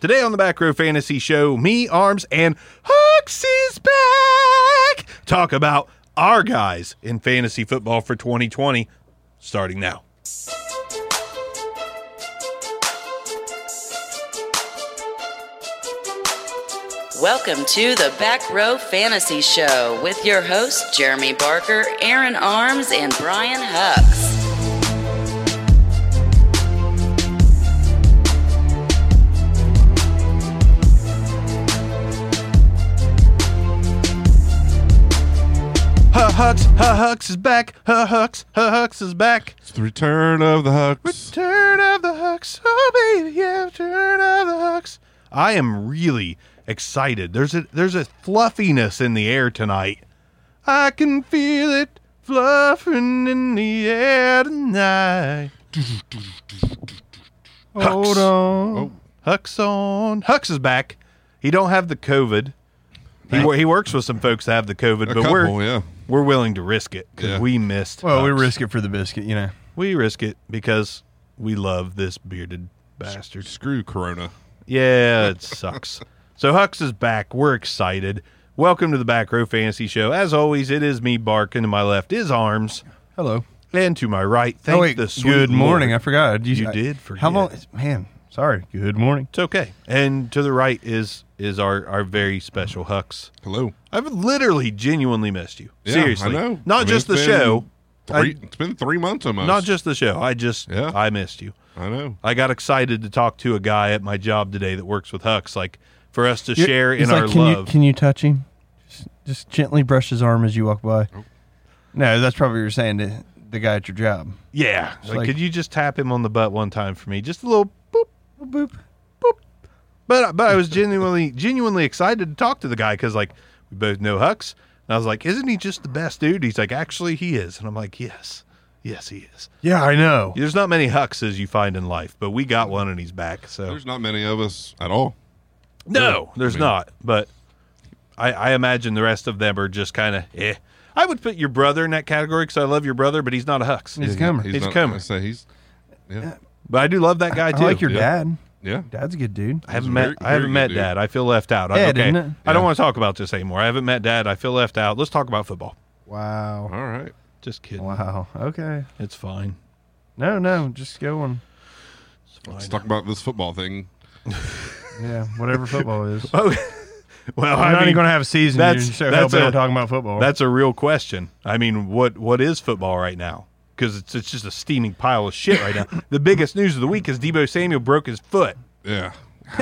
Today on the Back Row Fantasy Show, me, Arms, and Hooks is back. Talk about our guys in fantasy football for 2020, starting now. Welcome to the Back Row Fantasy Show with your hosts, Jeremy Barker, Aaron Arms, and Brian Hucks. Huh Hucks, huh Hucks is back. Huh Hucks, huh Hucks is back. It's the return of the Hucks. Turn of the Hucks, oh baby, yeah, turn of the Hucks. I am really excited. There's a there's a fluffiness in the air tonight. I can feel it fluffing in the air tonight. Hold on, Hucks on. Hucks is back. He don't have the COVID. He, wor- he works with some folks that have the COVID, A but couple, we're yeah. we're willing to risk it because Yeah. we missed. Well, we Hucks. risk it for the biscuit, you know. We risk it because we love this bearded bastard. Screw Corona. Yeah, it sucks. So Hux is back. We're excited. Welcome to the Back Row Fantasy Show. As always, it is me barking. To my left is Arms, Hello. and to my right, thank oh wait, the sweet good morning. Lord. I forgot. You I- did How forget. long? Man, sorry. Good morning. It's okay. And to the right is is our our very special Hux. Hello. I've literally genuinely missed you. Yeah, Seriously, I know. not I mean, just the it's been show. Three, it's been three months almost. Not just the show. I just Yeah. I missed you. I know. I got excited to talk to a guy at my job today that works with Hux, like for us to You're- share in it's like, our can You, love. can you touch him? Just, just gently brush his arm as you walk by. No, that's probably what you're saying to the guy at your job. yeah, like, like- could you just tap him on the butt one time for me? Just a little boop. Boop. But but I was genuinely genuinely excited to talk to the guy because like we both know Hux, and I was like, isn't he just the best dude? He's like, actually, he is, and I'm like, yes, yes, he is. Yeah, I know. There's not many Huxes you find in life, but we got one, and he's back. So There's not many of us at all. No, there's I mean- not. But I, I imagine the rest of them are just kind of eh. I would put your brother in that category because I love your brother, but he's not a Hux. He's coming. He's not, coming. I say he's. Yeah. But I do love that guy I too. like your Yeah. dad. Yeah. Dad's a good dude. I haven't He's a met. very- I haven't very met good dude. Dad. I feel left out. I, Ed, okay, isn't it? I don't Yeah. want to talk about this anymore. I haven't met Dad. I feel left out. Let's talk about football. Wow. All right. Just kidding. Wow. Okay. It's fine. No, no, just go on. Let's talk about this football thing. Yeah, whatever football is. Oh, well, I'm I not mean, even going to have a season. that's- You're so that's hell bent a- on talking about football. That's a real question. I mean, what what is football right now? Because it's it's just a steaming pile of shit right now. the biggest news of the week is Debo Samuel broke his foot. Yeah.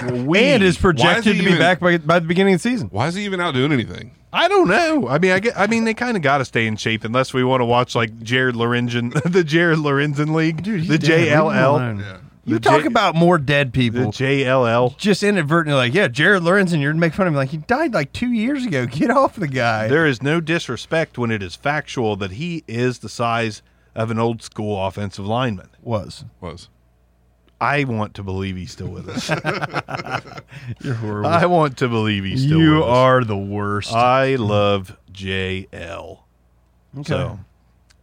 and is projected he to be even- back by, by the beginning of the season. Why is he even out doing anything? I don't know. I mean, I get, I mean, they kind of got to stay in shape unless we want to watch like Jared Lorenzen, the Jared Lorenzen League, the JLL, You The talk J- about more dead the people. JLL. just inadvertently, like, yeah, Jared Lorenzen, you're making fun of him. Like, he died like two years ago. Get off the guy. There is no disrespect when it is factual that he is the size of an old school offensive lineman. was. Was. I want to believe he's still with us. You're horrible. I want to believe he's still you with us. are the worst. I love JL. So,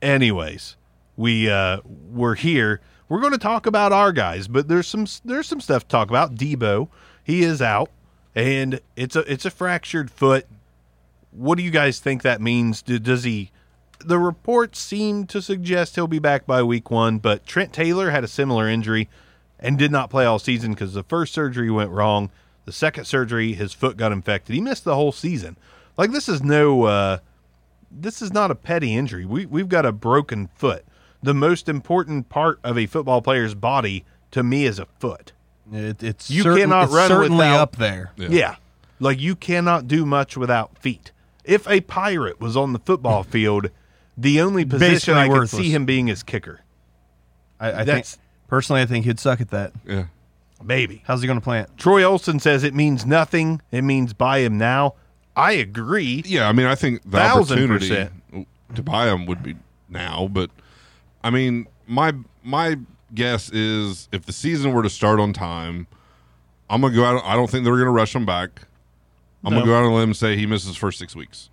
anyways, we uh, we're here. We're going to talk about our guys, but there's some there's some stuff to talk about. Debo, he is out, and it's a it's a fractured foot. What do you guys think that means? Do, does he? The reports seem to suggest he'll be back by week one, but Trent Taylor had a similar injury and did not play all season because the first surgery went wrong. The second surgery, his foot got infected. He missed the whole season. Like this is no uh, this is not a petty injury. We we've got a broken foot. The most important part of a football player's body to me is a foot. It, it's You certain- cannot it's run certainly without- up there. Yeah. Like you cannot do much without feet. If a pirate was on the football field, the only position Basically I could worthless. see him being is kicker. I, I think That's- personally, I think he'd suck at that. Yeah. Maybe. How's he going to play it? Troy Olson says it means nothing. It means buy him now. I agree. Yeah, I mean, I think the Thousand opportunity percent. to buy him would be now, but I mean, my my guess is if the season were to start on time, I'm gonna go out. I don't think they're gonna rush him back. I'm No. gonna go out on a limb and say he misses the first six weeks.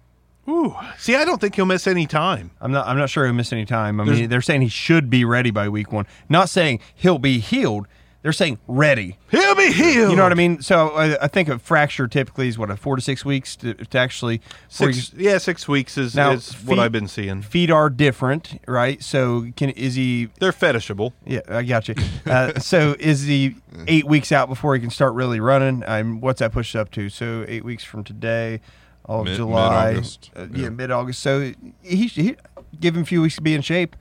Ooh. See, I don't think he'll miss any time. I'm not. I'm not sure he'll miss any time. I mean, they're saying he should be ready by week one. Not saying he'll be healed. They're saying ready. He'll be healed. You know what I mean? So I, I think a fracture typically is what a four to six weeks to, to actually. four Six, yeah, six weeks is, Now, is what feet- I've been seeing. Feet are different, right? So can is he? They're fetishable. Yeah, I got you. Uh, so is he eight weeks out before he can start really running? I'm, what's that pushed up to? So eight weeks from today, all of Mid- July, mid-August. Uh, yeah, Yeah. mid August. So he, he give him a few weeks to be in shape.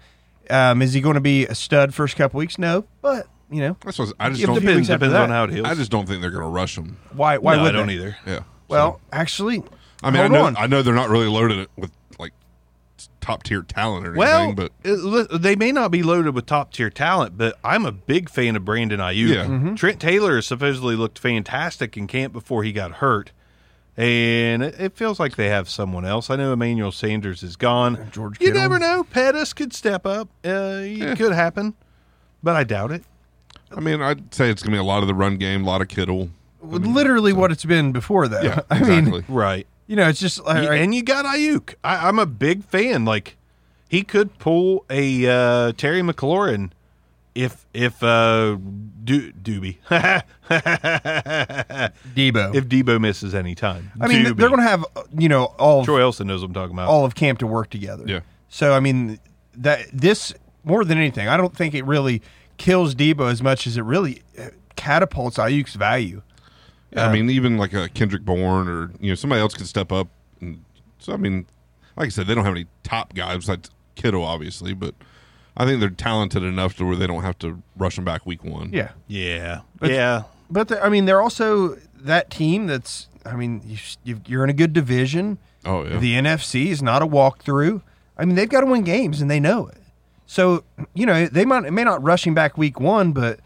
Um, is he going to be a stud first couple weeks? No, but you know That's what I, I just Give him don't. a few Depends, weeks after depends that. on how it heals. I just don't think they're gonna rush him. why? Why No, would I don't they? either. Yeah. Well, actually, I mean, I hold know, on. I know they're not really loaded it with like top tier talent or Well, anything, but it- li- they may not be loaded with top tier talent, but I'm a big fan of Brandon Ayuk. Yeah. Mm-hmm. Mhm. Trent Taylor supposedly looked fantastic in camp before he got hurt, and it, it feels like they have someone else. I know Emmanuel Sanders is gone. George you Kittle. never know. Pettis could step up. Uh, it Eh. could happen, but I doubt it. I mean, I'd say it's gonna be a lot of the run game, a lot of Kittle. literally what it's been before that. Yeah, I exactly. mean, Right. you know, it's just uh, like Y- And you got Ayuk. I, I'm a big fan. Like he could pull a uh, Terry McLaurin if if uh, Do- Doobie Debo. if Debo misses any time. I mean, Doobie. they're going to have uh, you know all of, Troy Elson knows what I'm talking about. all of camp to work together. Yeah. So I mean, that this more than anything, I don't think it really kills Debo as much as it really uh, catapults Ayuk's value. I mean, even like a Kendrick Bourne or you know somebody else could step up. And, so I mean, like I said, they don't have any top guys besides Kittle, obviously, but I think they're talented enough to where they don't have to rush them back week one. Yeah. yeah, yeah. But the, I mean, they're also that team that's. I mean, you, you you're in a good division. Oh, yeah. The NFC is not a walkthrough. I mean, they've got to win games, and they know it. So you know they might it may not rush him back week one, but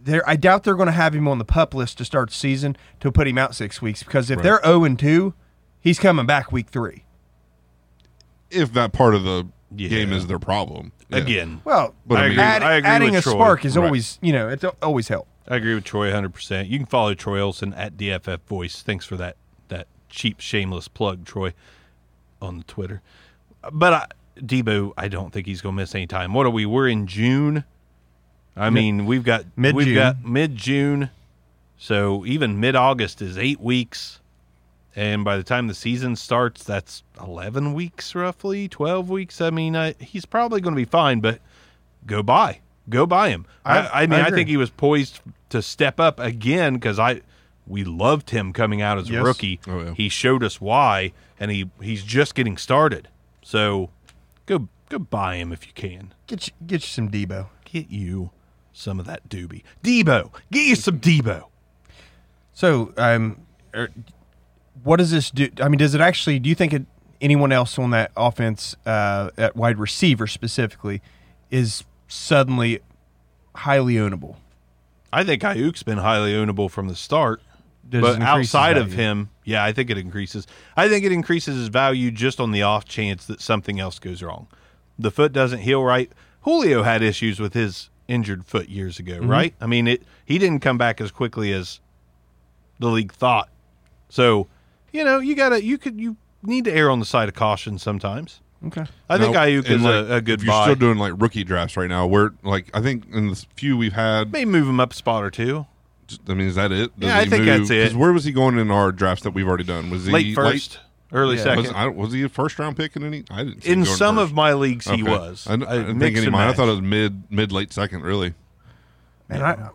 they're, I doubt they're going to have him on the pup list to start the season to put him out six weeks because if they're zero and two, he's coming back week three. If that part of the Yeah. game is their problem Yeah. Again, Well, But I I mean- agree- add- I agree adding with a Troy. spark is Right. always you know it's al- always help. I agree with Troy 100. percent You can follow Troy Elson at DFF Voice. Thanks for that that cheap shameless plug, Troy, on the Twitter. But I, Debo, I don't think he's going to miss any time. What are we? We're in June. I mean, we've got Mid-June. We've got mid June, so even mid August is eight weeks, and by the time the season starts, that's eleven weeks roughly, twelve weeks. I mean, I, he's probably going to be fine, but go buy, go buy him. I, I, I- mean, I I, agree. think he was poised to step up again because I we loved him coming out as a Yes. rookie. Oh, yeah. He showed us why, and he he's just getting started. So go go buy him if you can Get you, get you some Debo. get you some of that doobie. Debo, get you some Debo. So, um, er, what does this do? I mean, does it actually? Do you think it, anyone else on that offense, uh, at wide receiver specifically, is suddenly highly ownable? I think Ayuk's been highly ownable from the start. Does it but increase his outside of value? him, yeah, I think it increases. I think it increases his value just on the off chance that something else goes wrong. The foot doesn't heal right. Julio had issues with his injured foot years ago, Mm-hmm. right? I mean, it he didn't come back as quickly as the league thought. So, you know, you gotta you could you need to err on the side of caution sometimes. Okay. I think Now, Ayuk and, is like, a, a good If you're buy. still doing like rookie drafts right now, where like I think in the few we've had, Maybe move him up a spot or two. I mean, is that it? Yeah, I think that's it. 'cause Where was he going in our drafts that we've already done? Was he late first, early Yeah. Was, second. I, don't- was he a first round pick in any? I didn't. see him in going some first. of my leagues, he Okay. was. I, didn't- I Uh, didn't think mix any of and mine. I match. thought it was mid mid late second, really. And I,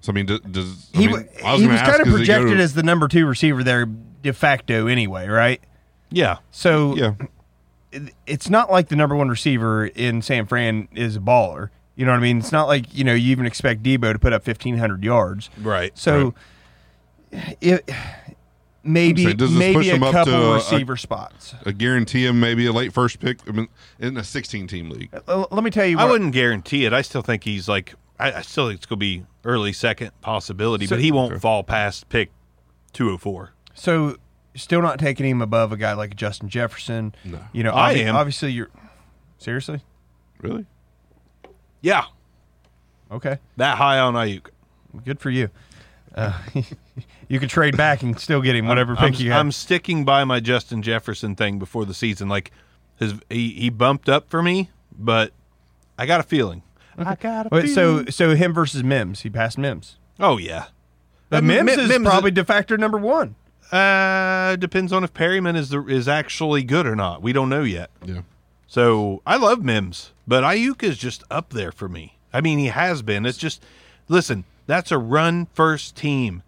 So I mean, does, does I he mean, wa- I he gonna was ask, kind of does he go projected to- as the number two receiver there de facto anyway, right? yeah. So yeah. it- it's not like the number one receiver in San Fran is a baller. You know what I mean? It's not like you know you even expect Debo to put up fifteen hundred yards. Right, So, it maybe saying, does this push maybe a him up to couple a- receiver spots. I guarantee him maybe a late first pick I mean, in a sixteen team league. Uh, Let me tell you, I what, wouldn't guarantee it. I still think he's like I, I still think it's going to be early second possibility, but he won't fall past pick 204. So still not taking him above a guy like Justin Jefferson. No. You know, I obvi- am. obviously you're seriously? Really? Yeah, Okay. that high on Ayuk. Good for you. Uh, you could trade back and still get him whatever I'm, pick you have. I'm sticking by my Justin Jefferson thing before the season. Like his, he, he bumped up for me, but I got a feeling. I got a Wait, so so him versus Mims, he passed Mims. oh yeah, But Uh, Mims, Mi- is Mims probably de facto number one. Uh, depends on if Perryman is the, is actually good or not. We don't know yet. Yeah. So I love Mims, but Ayuk is just up there for me. I mean, he has been. It's just listen, that's a run first team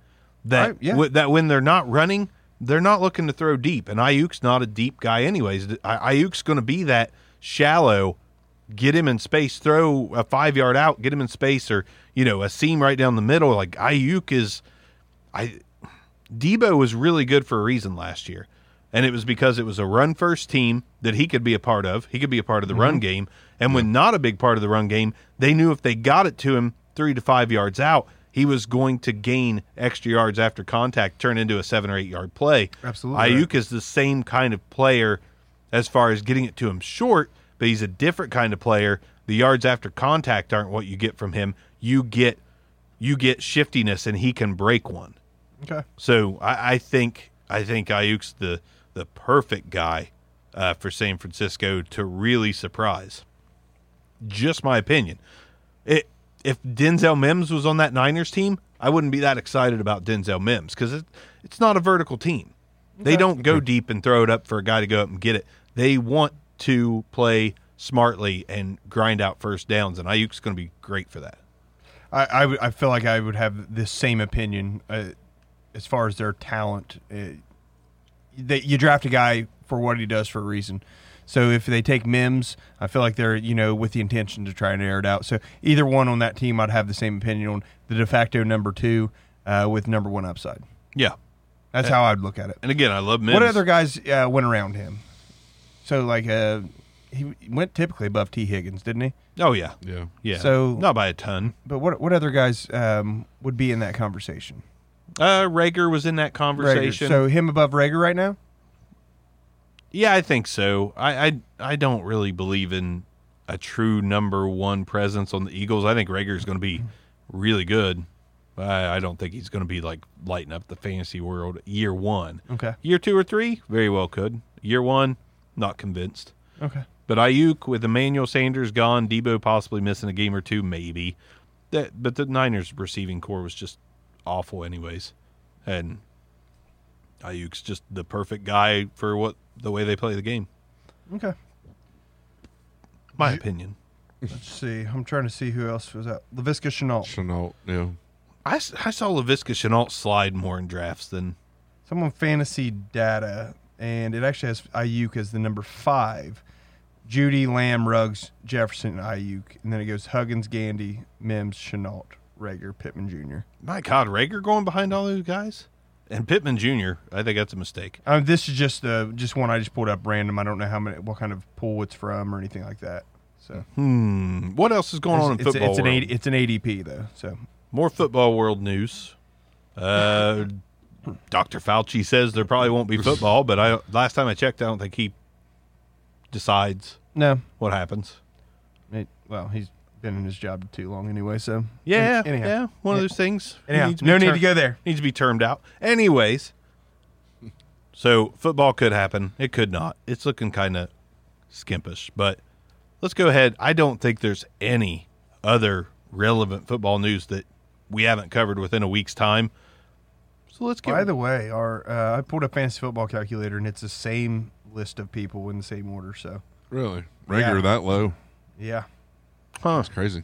that Right, yeah. w- that when they're not running, they're not looking to throw deep, and Ayuk's not a deep guy anyways. Ay- Ayuk's going to be that shallow. Get him in space, throw a five yard out, get him in space, or you know a seam right down the middle. Like Ayuk is, I Debo was really good for a reason last year. And it was because it was a run first team that he could be a part of. He could be a part of the run game. And when not a big part of the run game, they knew if they got it to him three to five yards out, he was going to gain extra yards after contact, turn into a seven or eight yard play. Absolutely. Ayuk is the same kind of player as far as getting it to him short, but he's a different kind of player. The yards after contact aren't what you get from him. You get you get shiftiness and he can break one. Okay. So I, I think I think Ayuk's the the perfect guy uh, for San Francisco to really surprise. Just my opinion. It, if Denzel Mims was on that Niners team, I wouldn't be that excited about Denzel Mims because it, it's not a vertical team. They don't go deep and throw it up for a guy to go up and get it. They want to play smartly and grind out first downs, and Ayuk's going to be great for that. I, I, would- I feel like I would have this same opinion uh, as far as their talent. Uh, that you draft a guy for what he does for a reason. So if they take Mims, I feel like they're you know with the intention to try and air it out. So either one on that team, I'd have the same opinion on the de facto number two uh, with number one upside. Yeah, That's how I'd look at it. and again, I love Mims. What other guys uh, went around him? So like uh, he went typically above T Higgins, didn't he? Oh yeah, Yeah. yeah. So- not by a ton. But what what other guys um, would be in that conversation? Uh, Rager was in that Rager. conversation. So him above Rager right now? yeah, I think so. I, I I don't really believe in a true number one presence on the Eagles. I think Rager's going to be really good. I, I don't think he's going to be like lighting up the fantasy world year one. Okay. Year two or three, very well could. Year one, not convinced. Okay. But Ayuk with Emmanuel Sanders gone, Debo possibly missing a game or two, maybe. That but the Niners receiving core was just awful anyways. And Ayuk's just the perfect guy for what the way they play the game. Okay. My opinion. Let's see. I'm trying to see who else was out. LaVisca Chenault. Chenault. Yeah. I, s- I saw LaVisca Chenault slide more in drafts than Someone fantasy data, and it actually has Ayuk as the number five. Judy, Lamb, Ruggs, Jefferson, and Ayuk. And then it goes Huggins, Gandy, Mims, Chenault, Rager, Pittman Jr. my God, Rager going behind all those guys? And Pittman Jr., I think that's a mistake. Um, this is just the just one I just pulled up random. I don't know how many what kind of pool it's from or anything like that. So Hmm. What else is going on in it's, it's, football? it's an world? AD, it's an ADP though. So More football world news. Uh, Dr. Fauci says there probably won't be football, but I last time I checked, I don't think he decides no, what happens. It, well, he's been in his job too long anyway, so Yeah, Any- anyhow. yeah, one of those things. Anyhow, Needs be no need tur- to go there. Needs to be termed out. Anyways, so football could happen. It could not. It's looking kind of skimpish, but let's go ahead. I don't think there's any other relevant football news that we haven't covered within a week's time. So let's get By the way, our uh, I pulled a fantasy football calculator and it's the same list of people in the same order. So Really? Yeah. Rager that low. yeah, Huh. That's crazy.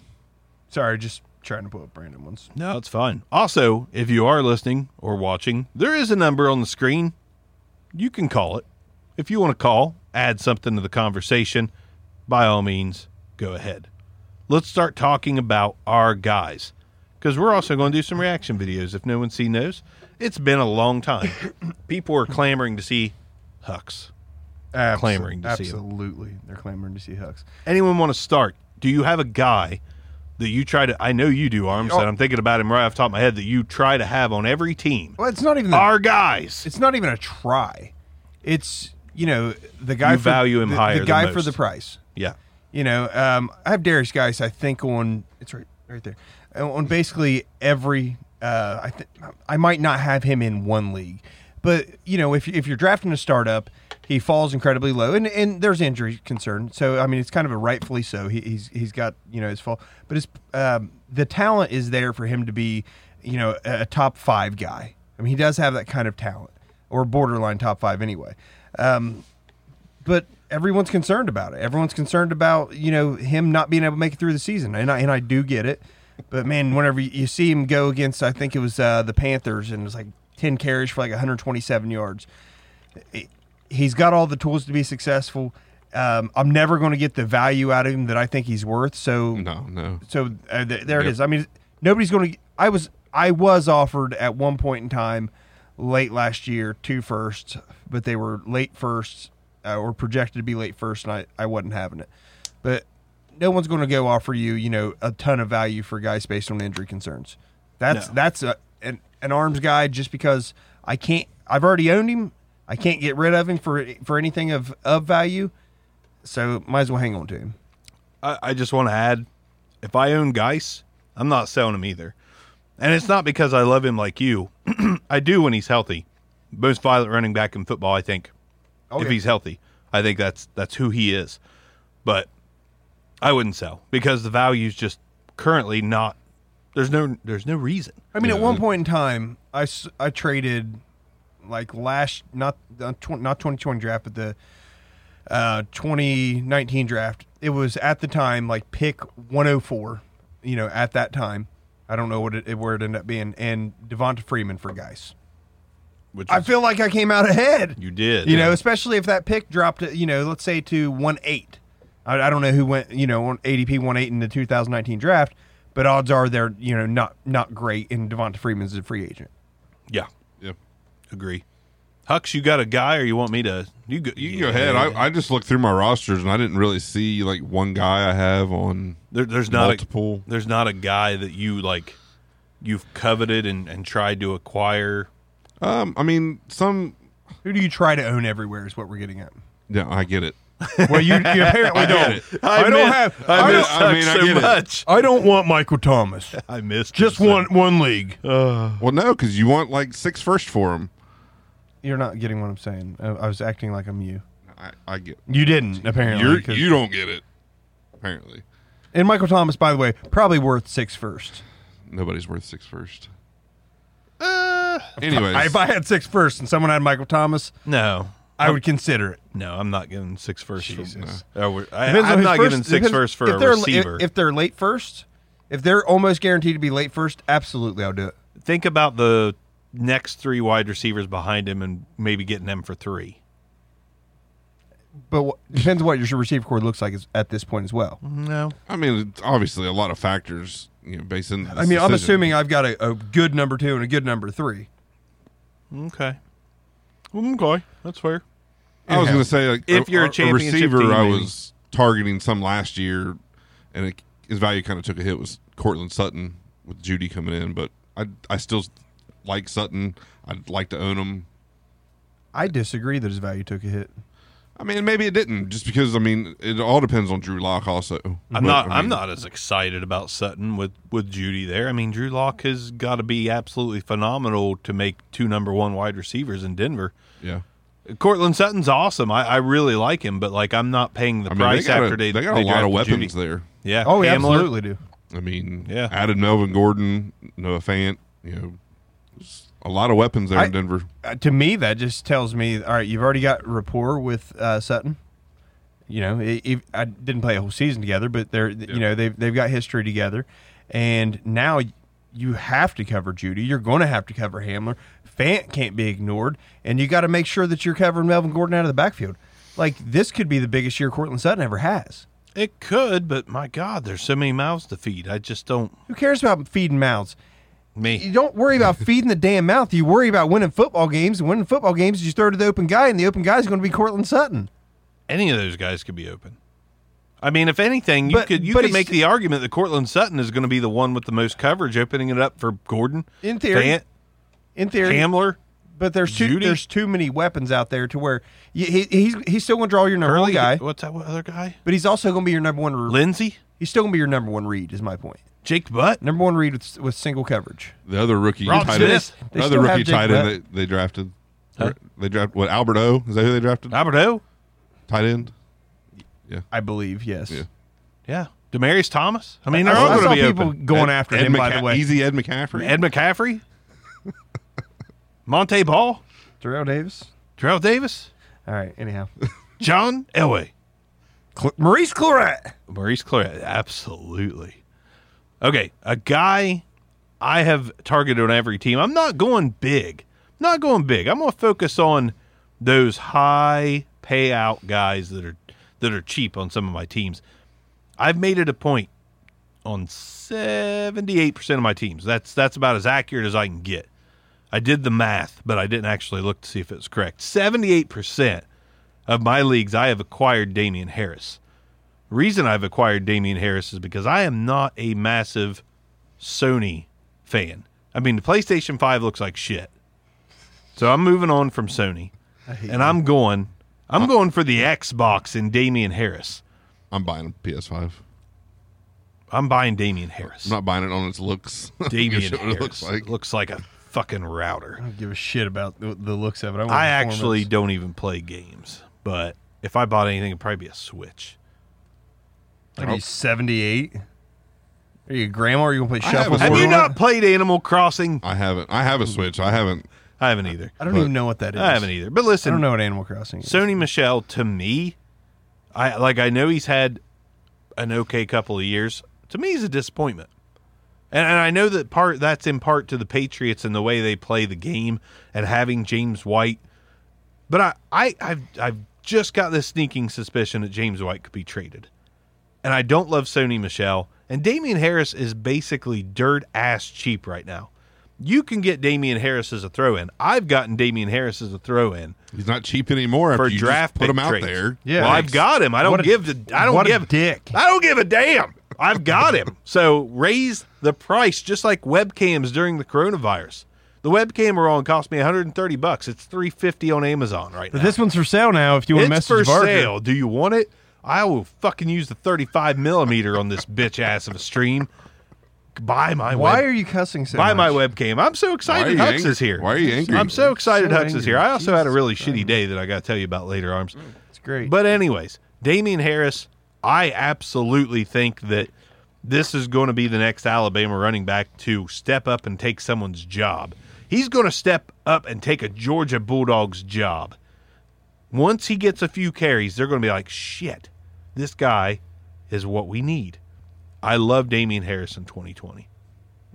sorry, just trying to pull up random ones. No, it's fine. Also, if you are listening or watching, there is a number on the screen. You can call it. If you want to call, add something to the conversation, by all means, go ahead. Let's start talking about our guys because we're also going to do some reaction videos if no one see knows. It's been a long time. People are clamoring to see Hucks. Absol- Clamoring to see him. absolutely, they're clamoring to see Hucks. Anyone want to start? Do you have a guy that you try to. I know you do, Arms. Oh. And I'm thinking about him right off the top of my head that you try to have on every team. Well, it's not even the, Our guys. it's not even a try. It's you know the guy You for, value him the, higher The than guy for most. the price. yeah. You know, um, I have Darius guys. I think on it's right right there Uh, on basically every. Uh, I think I might not have him in one league, but you know if if you're drafting a startup, he falls incredibly low, and and there's injury concern. So I mean it's kind of a rightfully so. He, he's he's got you know his fall, but his um, the talent is there for him to be you know a, a top five guy. I mean he does have that kind of talent or borderline top five anyway. Um, but everyone's concerned about it. Everyone's concerned about you know him not being able to make it through the season, and I and I do get it. But man, whenever you, you see him go against, I think it was uh, the Panthers, and it was like ten carries for like 127 yards. He- He's got all the tools to be successful. Um, I'm never going to get the value out of him that I think he's worth. So No, no. so uh, th- there it Yep. is. I mean, nobody's going to. I was I was offered at one point in time, late last year, two firsts, but they were late firsts uh, or projected to be late first, and I I wasn't having it. But no one's going to go offer you you know a ton of value for guys based on injury concerns. That's No. that's a, an an arms guy just because I can't. I've already owned him. I can't get rid of him for for anything of of value. So might as well hang on to him. I, I just want to add if I own Geis, I'm not selling him either. And it's not because I love him like you. I do when he's healthy. Most violent running back in football, I think. if yeah. he's healthy, I think that's that's who he is. But I wouldn't sell because the value's just currently not there's no there's no reason. I mean, at Yeah. one point in time, I, s- I traded like last not not 20, not 2020 draft, but the uh, 2019 draft. It was at the time like pick 104. You know, at that time, I don't know what it where it ended up being, and Devonta Freeman for guys. Which I is- feel like I came out ahead. you did. You know, especially if that pick dropped, you know, let's say to one eight. I, I don't know who went, you know, on ADP one eight in the 2019 draft, but odds are they're, you know, not not great. And Devonta Freeman's a free agent. Yeah. Yep. Agree. Hux, you got a guy or you want me to you go You can go ahead. I, I just looked through my rosters and I didn't really see like one guy I have on There, there's not Multiple. A, there's not a guy that you like. You've coveted and, and tried to acquire. Um, I mean, some. Who do you try to own everywhere is what we're getting at. Yeah, I get it. Well, you, you apparently don't. I, don't miss- have. I, I, miss don't, don't- I mean, Hux I so get it. much. I don't want Michael Thomas. I missed Just him so- one one league. Well, no, because you want like six first for him. You're not getting what I'm saying. I, I was acting like I'm you. I, I get. You didn't apparently. You're, 'cause- you don't get it. Apparently, and Michael Thomas, by the way, probably worth six first. nobody's worth six first. Uh, anyways, If I had six first and someone had Michael Thomas, No, I would consider it. no, I'm not giving six firsts. for- Jesus. Oh, we're- I, Depends on I'm who's not first- giving six depends- firsts for a they're- receiver. If, they're late first, if they're almost guaranteed to be late first, absolutely I'll do it. Think about the next three wide receivers behind him and maybe getting them for three. But what, depends on what your receiver core looks like is, at this point as well. No, I mean, it's obviously, a lot of factors. You know, based on. I mean, I'm assuming I've got a, a good number two and a good number three. okay, okay, that's fair. I was going to say, like, If you're a championship receiver, team, I maybe. was targeting some last year, and it, his value kind of took a hit. Was Cortland Sutton with Judy coming in, but I I still like Sutton. I'd like to own him. I disagree that his value took a hit. I mean, maybe it didn't, just because I mean, it all depends on Drew Lock. Also, I'm not. I'm not as excited about Sutton with with Judy there. I mean, Drew Lock has got to be absolutely phenomenal to make two number one wide receivers in Denver. Yeah, Cortland Sutton's awesome. I, I really like him, but like I'm not paying the I mean, price they got, after a, they they got a lot of drafted weapons Judy. there. Yeah. Oh, yeah, Hamler. absolutely do. I mean, Yeah. added Melvin Gordon, Noah Fant. You know, just a lot of weapons there I- in Denver. Uh, to me, that just tells me, all right, you've already got rapport with uh, Sutton. You know, i if- I didn't play a whole season together, but they're you know they've they've got history together, and now y- you have to cover Judy. You're going to have to cover Hamler. Fant can't be ignored, and you got to make sure that you're covering Melvin Gordon out of the backfield. Like this could be the biggest year Cortland Sutton ever has. It could, but my God, there's so many mouths to feed. I just don't. Who cares about feeding mouths? You Me. don't worry about feeding the damn mouth. You worry about winning football games. And winning football games, you throw to the open guy, and the open guy is going to be Cortland Sutton. Any of those guys could be open. I mean, if anything, you But- could you but could he's- make the argument that Cortland Sutton is going to be the one with the most coverage, opening it up for Gordon, In theory. Fant, in theory. Hamler, But there's too Judy? there's too many weapons out there to where y- he, he's he's still gonna draw your number Early one guy, What's that other guy? but he's also gonna be your number one. re- Lindsey, He's still gonna be your number one read. Is my point. Jake Butt. Number one read with, with single coverage. The other rookie Rob tight end, Smith. They the other still have rookie Jake tight end Brett. they, they drafted. Huh? They drafted what Albert O is that who they drafted? Albert O. Tight end. I believe yes. Yeah. Yeah. Demarius Thomas. I mean, they're I, all I going saw to be people open. going after Ed him. by McCa- the way, easy Ed McCaffrey. Ed McCaffrey, Monte Ball, Terrell Davis. Terrell Davis, All right. Anyhow, John Elway, Cl- Maurice Claret. Maurice Claret. Absolutely. Okay. A guy I have targeted on every team. I'm not going big. not going big. I'm going to focus on those high payout guys that are that are cheap on some of my teams. I've made it a point on 78% of my teams. That's that's about as accurate as I can get. I did the math, but I didn't actually look to see if it was correct. 78% of my leagues I have acquired Damian Harris. Reason I've acquired Damian Harris is because I am not a massive Sony fan. I mean, the PlayStation 5 looks like shit. So I'm moving on from Sony. And I'm going Uh, I'm going for the Xbox and Damian Harris. I'm buying a PS5. I'm buying Damian Harris. I'm not buying it on its looks. I don't give Damian a shit what Harris it looks like. a fucking router. I don't give a shit about the, the looks of it. I, want I performance. actually don't even play games, but if I bought anything, it'd probably be a Switch. What Are you 78? Are you a grandma? Are you gonna play I have shuffle? a- Have Or you do not played Animal Crossing? I haven't. I have a Switch. I haven't. I haven't either. I don't But- even know what that is. I haven't either. But I listen, don't know what Animal Crossing is. Sony Michelle to me, I like. I know he's had an okay couple of years. To me, he's a disappointment, and, and I know that part that's in part to the Patriots and the way they play the game and having James White. But I, I, I've, I've just got this sneaking suspicion that James White could be traded, and I don't love Sony Michelle. And Damian Harris is basically dirt ass cheap right now. You can get Damian Harris as a throw in. I've gotten Damian Harris as a throw in He's not cheap anymore. After for you just draft put pick him out trades. there. Yeah. well, I've got him. I don't What a- give the. I don't what a give dick. I don't give a damn. I've got him. So raise the price, just like webcams during the coronavirus. The webcam we're on cost me 130 bucks. It's 350 on Amazon right now. But this one's for sale now. If you want to it's message for Barker. sale. Do you want it? I will fucking use the 35 millimeter on this bitch ass of a stream. Buy my Why web- are you cussing so buy much? my webcam. I'm so Why are excited you Hux angry? is here. Why are you angry? I'm so excited So Hux is angry. here. I also had a Jesus really shitty day that I got to tell you about later, Arms. It's great. But anyways, Damian Harris, I absolutely think that this is going to be the next Alabama running back to step up and take someone's job. He's going to step up and take a Georgia Bulldogs job. Once he gets a few carries, they're going to be like, "Shit, this guy is what we need." I love Damian Harris in 2020.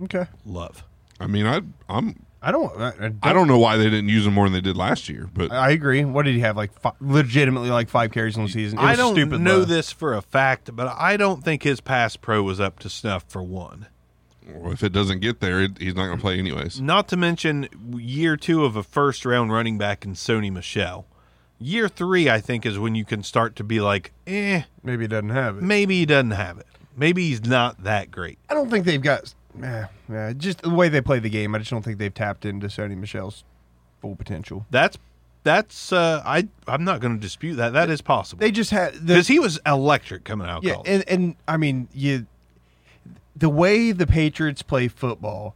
okay. Love. I mean, I I'm I don't. I, I don't. I don't know why they didn't use him more than they did last year, but I agree. What did he have? Like fi- legitimately, like five carries in the season. It I was don't stupid know low. this for a fact, but I don't think his pass pro was up to snuff for one. well, if it doesn't get there, it, he's not going to play anyways. Not to mention year two of a first round running back in Sony Michelle. Year three, I think, is when you can start to be like, eh, Maybe he doesn't have it. maybe he doesn't have it. Maybe he's not that great. I don't think they've got. Eh, eh, just the way they play the game. I just don't think they've tapped into Sony Michelle's full potential. That's that's uh, I I'm not going to dispute that. That is possible They just had the because he was electric coming out. Yeah, college. and, and I mean, you the way the Patriots play football,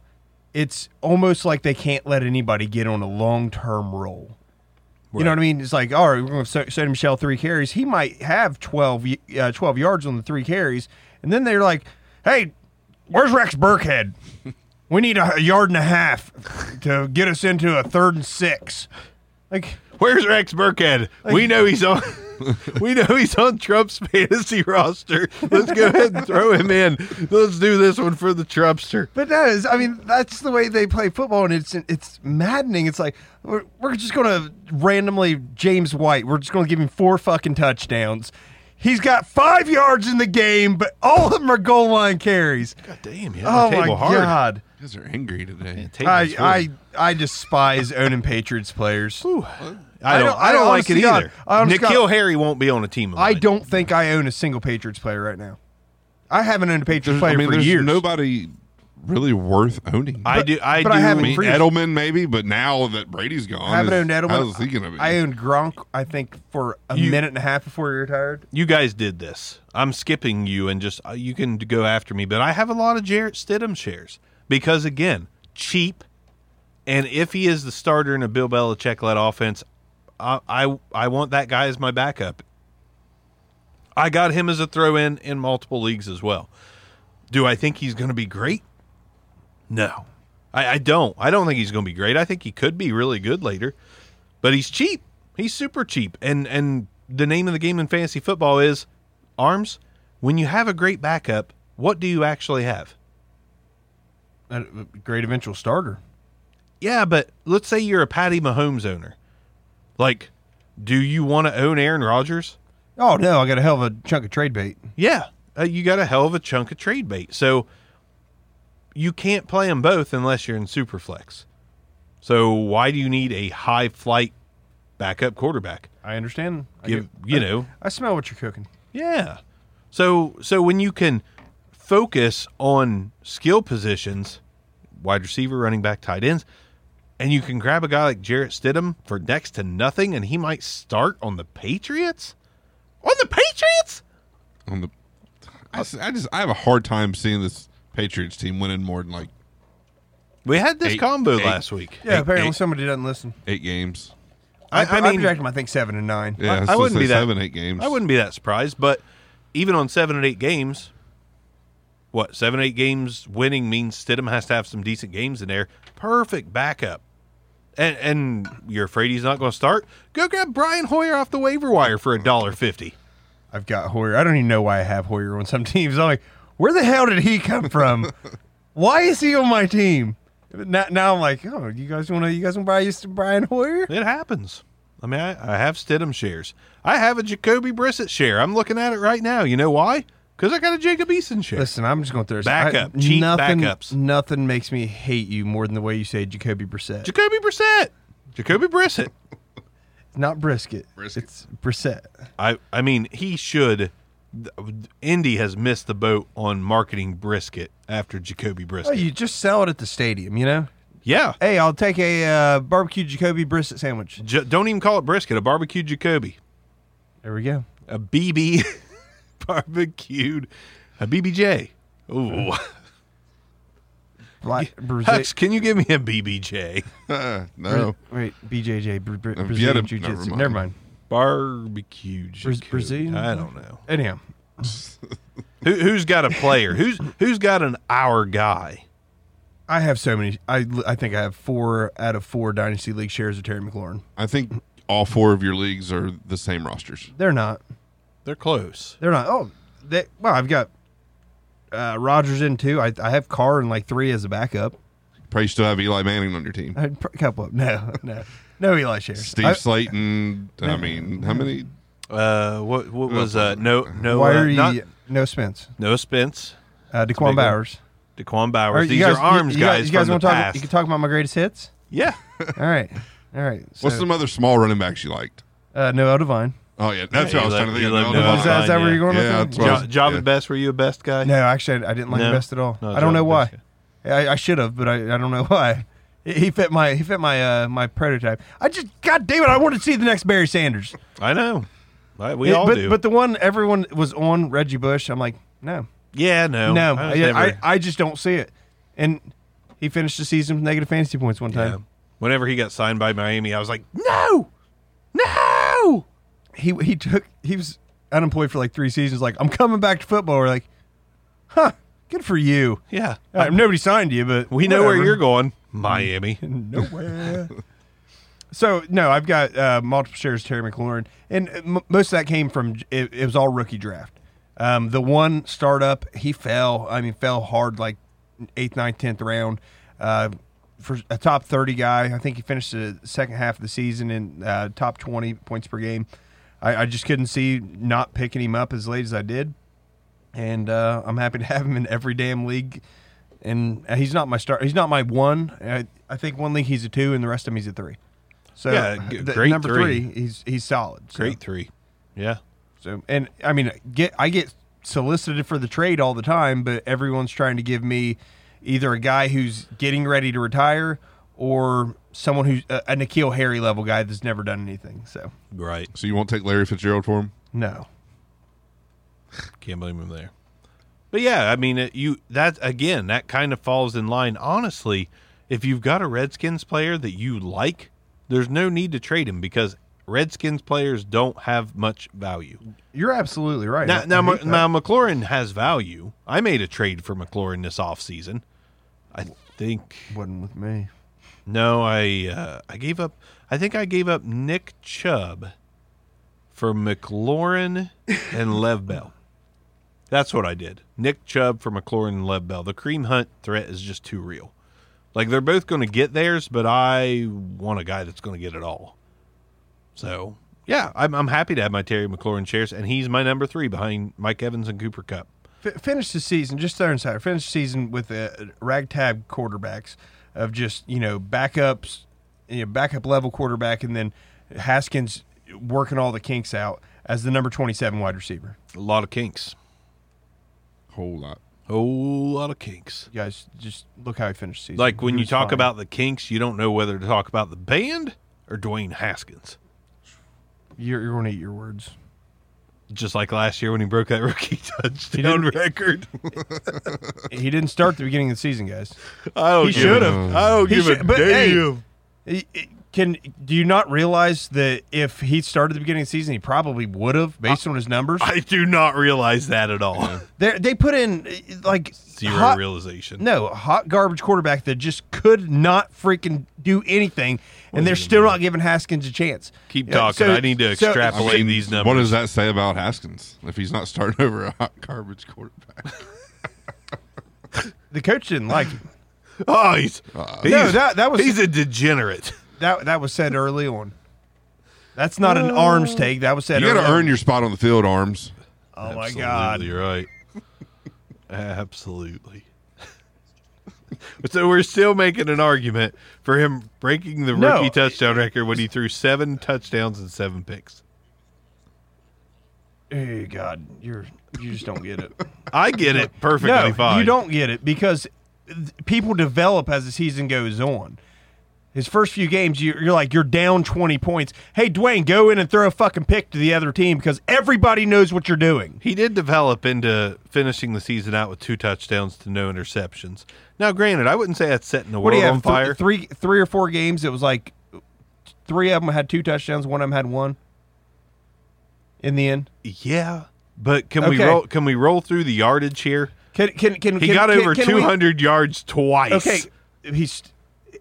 it's almost like they can't let anybody get on a long term roll. You know what I mean? It's like, all right, we're going to send Michelle three carries. He might have 12, y- uh, 12 yards on the three carries. And then they're like, hey, where's Rex Burkhead? We need a, a yard and a half to get us into a third and six. Like, Where's Rex Burkhead? we know he's on. we know he's on Trump's fantasy roster. Let's go ahead and throw him in. Let's do this one for the Trumpster. But that is, I mean, that's the way they play football, and it's it's maddening. It's like we're, we're just going to randomly James White. We're just going to give him four fucking touchdowns. He's got five yards in the game, but all of them are goal line carries. God damn, you Oh the my table hard. god! You guys are angry today. Table's I full. I I despise owning Patriots players. Ooh. I don't. I don't, like it honestly, God, either. I honestly, Nikhil God, Harry won't be on a team. Of I mine. don't think I own a single Patriots player right now. I haven't owned a Patriots There's, player I mean, for there's years. nobody really worth owning. I do. I but do. I I haven't mean, Brees. Edelman maybe, but now that Brady's gone, I haven't is- owned Edelman. How's he going to be? I owned Gronk. I think for a You- minute and a half before he retired. you guys did this. I'm skipping you and just uh, you can go after me, but I have a lot of Jarrett Stidham shares because again, cheap, and if he is the starter in a Bill Belichick led offense, I, I I want that guy as my backup. I got him as a throw in in multiple leagues as well. Do I think he's going to be great? No, I, I don't. I don't think he's going to be great. I think he could be really good later, but he's cheap. He's super cheap. And and the name of the game in fantasy football is arms. When you have a great backup, what do you actually have? A a uh, great eventual starter. Yeah, but let's say you're a Patty Mahomes owner. Like, do you want to own Aaron Rodgers? Oh no, I got a hell of a chunk of trade bait. Yeah, uh, you got a hell of a chunk of trade bait. So you can't play them both unless you're in Superflex. So why do you need a high flight backup quarterback? I understand. I Give, get- you know, I smell what you're cooking. Yeah. So so when you can focus on skill positions, wide receiver, running back, tight ends, and you can grab a guy like Jarrett Stidham for next to nothing, and he might start on the Patriots. On the Patriots? on the, I, s- I just I have a hard time seeing this Patriots team winning more than like We had this Eight- combo eight. last week. Yeah, Hey, apparently hey. somebody doesn't listen. eight games. I, I, I mean- project them, I think seven and nine. Yeah, I so wouldn't say be that- seven eight games. I wouldn't be that surprised, but even on seven and eight games, what seven eight games winning means Stidham has to have some decent games in there. Perfect backup, and and you're afraid he's not going to start. Go grab Brian Hoyer off the waiver wire for a dollar fifty. I've got Hoyer. I don't even know why I have Hoyer on some teams. I'm like, where the hell did he come from? why is he on my team? But Now, now I'm like, oh, you guys want to? You guys want to buy used to Brian Hoyer? It happens. I mean, I, I have Stidham shares. I have a Jacoby Brissett share. I'm looking at it right now. You know why? Because I got a Jacob Eason share. Listen, I'm just going through Backup, cheap nothing, backups. Nothing makes me hate you more than the way you say Jacoby Brissett. Jacoby Brissett. Jacoby Brissett. Not brisket. Brisket. It's Brissett. I I mean he should. Indy has missed the boat on marketing brisket after Jacoby Oh, Brisket. you just sell it at the stadium, you know? yeah, Hey, I'll take a uh, barbecue Jacoby Brissett sandwich. J- don't even call it brisket. A barbecue Jacoby, There we go. a BB barbecued, a BBJ. Ooh, Black Hux, Brissett. can you give me a BBJ Uh, no, Wait, BJJ, Br- Br- I've Brazilian yet- Jiu Oh, never Jitsu. mind. Never mind. barbecue Jacoby? Brazilian? I don't know. Anyhow, Who, who's got a player? Who's who's got an hour guy? I have so many. I, I think I have four out of four Dynasty League shares of Terry McLaurin. I think all four of your leagues are the same rosters. They're not. They're close. They're not. Oh, they, well, I've got uh, Rogers in two. I, I have Carr in like three as a backup. Probably still have Eli Manning on your team. I had a couple of no, no, no Eli shares. Steve I- Slayton. I mean, how many? Uh, what what was uh no no why uh, are you not- no Spence? no Spence. Uh, Daquan big one. Bowers. Daquan All Bowers. right, These you guys- are arms you- you guys, You guys from want the to talk? past. You can talk about my greatest hits. yeah. All right, all right. So, What's some other small running backs you liked? uh, Noel Devine? Oh yeah, that's Yeah, what I was you trying to love- think. you of. love No, Noah no, Is that, is that where Devine, you're going yeah. with Yeah, that's that? what I Job, was- job yeah. and best. Were you a best guy? No, actually, I, I didn't like No. Best at all. No, I don't know Jonathan why. Best, I, I should have, but I, I don't know why. He he fit my he fit my uh, my prototype. I just God damn it! I wanted to see the next Barry Sanders. I know. I- we It- all but, do. But the one everyone was on Reggie Bush. I'm like, no, yeah, no, no, I I, was never- I, I just don't see it. And he finished the season with negative fantasy points one yeah. time. Whenever he got signed by Miami, I was like, no, no. He he took he was unemployed for like three seasons. Like I'm coming back to football. We're like, huh, good for you. Yeah, Uh, nobody signed you, but we know where whatever. you're going, Miami. nowhere. so no, I've got uh, multiple shares of Terry McLaurin, and uh, m- most of that came from it, it was all rookie draft. Um, the one startup he fell, I mean, fell hard like eighth, ninth, tenth round. Uh, for a top thirty guy, I think he finished the second half of the season in uh, top twenty points per game. I, I just couldn't see not picking him up as late as I did and uh, I'm happy to have him in every damn league. And uh, he's not my star. He's not my one. I, I think one league he's a two, and the rest of him he's a three. So Yeah, g- the- great number three. three. he's he's solid. So- Great three. Yeah. So and I mean, get I get solicited for the trade all the time, but everyone's trying to give me either a guy who's getting ready to retire or someone who's uh, a, a Nikhil Harry level guy that's never done anything. So Right. So you won't take Larry Fitzgerald for him? no, Can't blame him there. But yeah, I mean, it, you that again, that kind of falls in line. Honestly, if you've got a Redskins player that you like, there's no need to trade him because Redskins players don't have much value. you're absolutely right. Now, I- now, I Ma- hate that. now McLaurin has value. I made a trade for McLaurin this offseason. I think wasn't with me. no, I uh, I gave up. I think I gave up Nick Chubb for McLaurin and Lev Bell. That's what I did. Nick Chubb for McLaurin and Lev Bell. The cream hunt threat is just too real. Like they're both going to get theirs, but I want a guy that's going to get it all. So yeah, I'm, I'm happy to have my Terry McLaurin shares, and he's my number three behind Mike Evans and Cooper Cup. F- finish the season just so inside. Finish the season with a ragtag quarterbacks of just you know backups, you know, backup level quarterback, and then Haskins working all the kinks out as the number twenty seven wide receiver. A lot of kinks, Whole lot. whole lot of kinks. You guys just look how he finished the season. Like when He you was talk fine. about the kinks, you don't know whether to talk about the band or Dwayne Haskins. you're, you're going to eat your words. Just like last year when he broke that rookie touchdown didn't- record. He didn't start the beginning of the season, guys. I don't He should have. I don't Oh, He should- but, hey, He- he- Can do you not realize that if he started the beginning of the season, he probably would have based on his numbers? I do not realize that at all. They they put in uh, like Zero hot- realization. No, a hot garbage quarterback that just could not freaking do anything, and they're still not giving Haskins a chance. Keep You know, talking. so- I need to so- extrapolate. Blame these What numbers. does that say about Haskins if he's not starting over a hot garbage quarterback? The coach didn't like him. Oh, he's, he's No, that- that was- he's a degenerate. That that was said early on. That's not an arms take. That was said. You got early to on. earn your spot on the field, arms. Oh my god. Absolutely right. Absolutely. so we're still making an argument for him breaking the No. rookie touchdown record when he threw seven touchdowns and seven picks. Oh god, you're you just don't get it. I get it perfectly no, fine. you don't get it because th- people develop as the season goes on. His first few games, you- you're like you're down 20 points. Hey, Dwayne, go in and throw a fucking pick to the other team because everybody knows what you're doing. He did develop into finishing the season out with two touchdowns to no interceptions. Now, granted, I wouldn't say that's setting the What do world you have? on th- fire. Three, three or four games. It was like three of them had two touchdowns. One of them had one. In the end, Yeah, but can we Okay. roll? Can we roll through the yardage here? can can can He can- got can- over can we- 200 yards twice. Okay, he's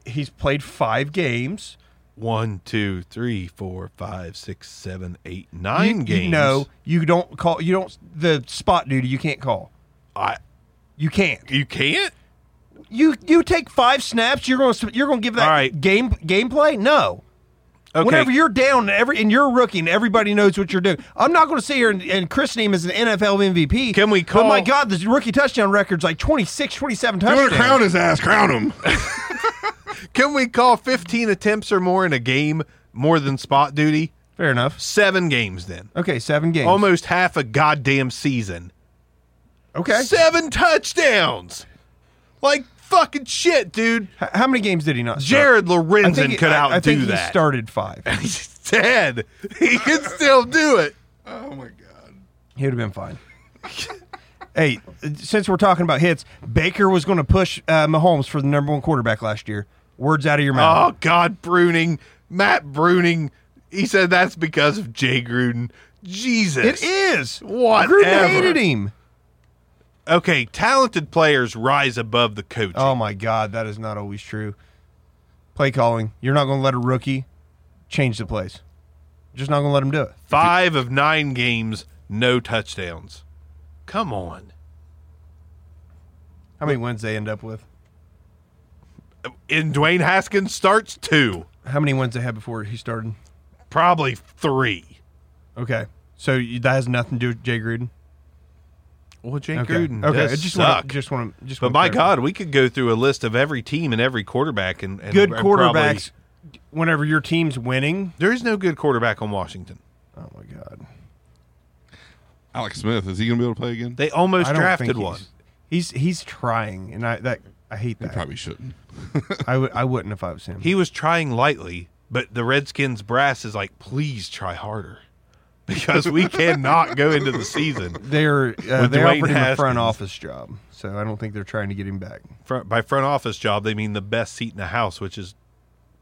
he's played five games. One, two, three, four, five, six, seven, eight, nine you, games. You know, you don't call. You don't the spot duty. You can't call. I You can't. you can't. You you take five snaps. You're going to you're going to give that All right. game gameplay. No. Okay, Whenever you're down and every and you're a rookie and everybody knows what you're doing, I'm not going to sit here and, and christen him as an NFL MVP. Can we But my call- God, the rookie touchdown record's like 26, 27 You touchdowns. want to crown his ass? Crown him. can we call 15 attempts or more in a game more than spot duty? Fair enough. Seven games then. Okay, seven games. Almost half a goddamn season. Okay. Seven touchdowns. Like fucking shit, dude. H- How many games did he not? Start? Jared I think Lorenzen he- could I- outdo I think that. He started five. He's dead. He can still do it. oh my god. He would have been fine. hey, since we're talking about hits, Baker was going to push uh, Mahomes for the number one quarterback last year. Words out of your mouth. Oh God, Bruning, Matt Bruning. He said that's because of Jay Gruden. Jesus, it is. Oh, Whatever. Gruden hated him. Okay, talented players rise above the coaching. Oh my God, that is not always true. Play calling. You're not going to let a rookie change the plays. Just not going to let him do it. Five of nine games, no touchdowns. Come on. How many wins they end up with? And Dwayne Haskins starts two, How many wins they had before he started? probably three. Okay, so you- that has nothing to do with Jay Gruden. Well, Jay Okay, Gruden okay. does I just suck. want to just want to just. but wanna my clarify. God, we could go through a list of every team and every quarterback and, and good and probably- quarterbacks whenever your team's winning. There is no good quarterback on Washington. Oh my god. Alex Smith is he going to be able to play again? They almost I don't drafted think he's- one. He's he's trying, and I that I hate He that. probably shouldn't. I would I wouldn't if I was him. He was trying lightly, but the Redskins brass is like, please try harder because we cannot go into the season. they're uh, they Dwayne offered him a Haskins. front office job, so I don't think they're trying to get him back. Front, by front office job, they mean the best seat in the house, which is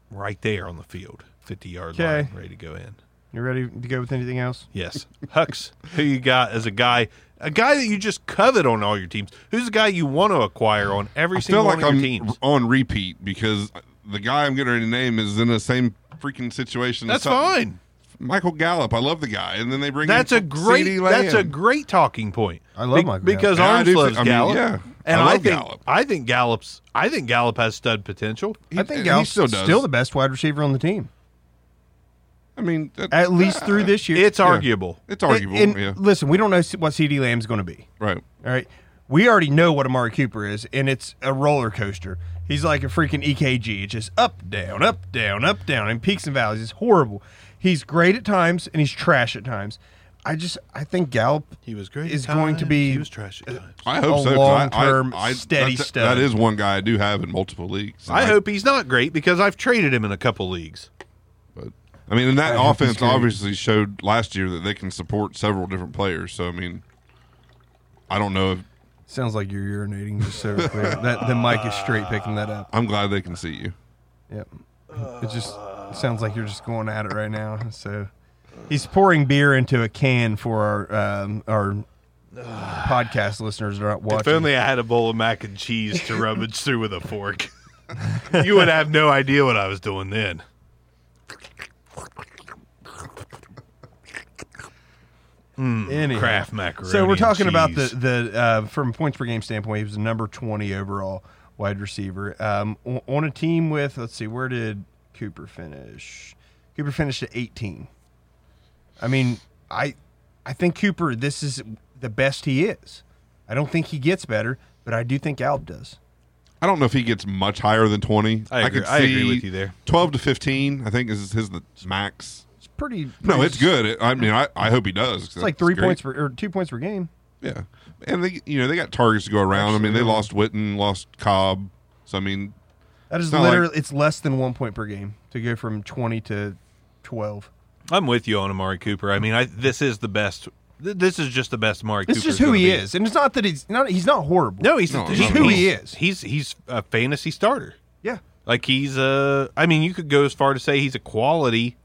right there on the field, 50 yard Okay. line, ready to go in. You ready to go with anything else? Yes. Hux, who you got as a guy, a guy that you just covet on all your teams. Who's the guy you want to acquire on every I single feel one like of I'm your teams? on repeat because the guy I'm getting ready to name is in the same freaking situation. as That's some- fine. Michael Gallup, I love the guy, and then they bring That's in a great. CeeDee Lamb. That's a great talking point. I love Michael because Gallup. Yeah, I Arms do too. loves I mean, Gallup. yeah. and I I, think love Gallup. I think Gallup's. I think Gallup has stud potential. He- I think he Gallup's still still, does. the best wide receiver on the team, I mean, that- at least ah, through this year. It's arguable. It's arguable. And- and yeah, Listen, we don't know what CD Lamb's going to be. right. All right. We already know what Amari Cooper is, and it's a roller coaster. He's like a freaking EKG. It's just up, down, up, down, up, down, and peaks and valleys. It's horrible. He's great at times, and he's trash at times. I just, I think Gallup He was great. is at going times. to be He was trash. At times. I hope a so. 'cause I- I- long-term, I- steady that's- stud. That is one guy I do have in multiple leagues. I Like, hope he's not great because I've traded him in a couple leagues. But I mean, and that I hope he's offense good. obviously showed last year that they can support several different players. So I mean, I don't know. if Sounds like you're urinating just so clear. that the mic is straight picking that up. I'm glad they can see you. Yep. It just sounds like you're just going at it right now. So he's pouring beer into a can for our um, our podcast listeners that aren't watching. If only I had a bowl of mac and cheese to rummage through with a fork. you would have no idea what I was doing then. Anyhow. Kraft macaroni. So we're and talking about the cheese. the uh, from a points per game standpoint, he was the number twenty overall wide receiver um, o- on a team with. Let's see, where did Cooper finish? Cooper finished at eighteen. I mean, I I think Cooper. This is the best he is. I don't think he gets better, but I do think Alb does. I don't know if he gets much higher than 20. I agree- I agree with you there. 12 to 15, I think is his the max. It's pretty. No, pretty- it's good. It- I mean, I, I hope he does. It's like three points per or two points per game. Yeah, and they you know they got targets to go around. I mean, they lost Witten, lost Cobb. So I mean, That is It's not like- literally. it's less than one point per game to go from twenty to twelve. I'm with you on Amari Cooper. I mean, I this is the best. th- This is just the best Amari. It's Cooper's just who gonna he be. is, and it's not that he's not he's not horrible. No, he's No, he's not at all. he's- Who he is. He's he's a fantasy starter. yeah, Like he's a. I mean, you could go as far to say he's a quality.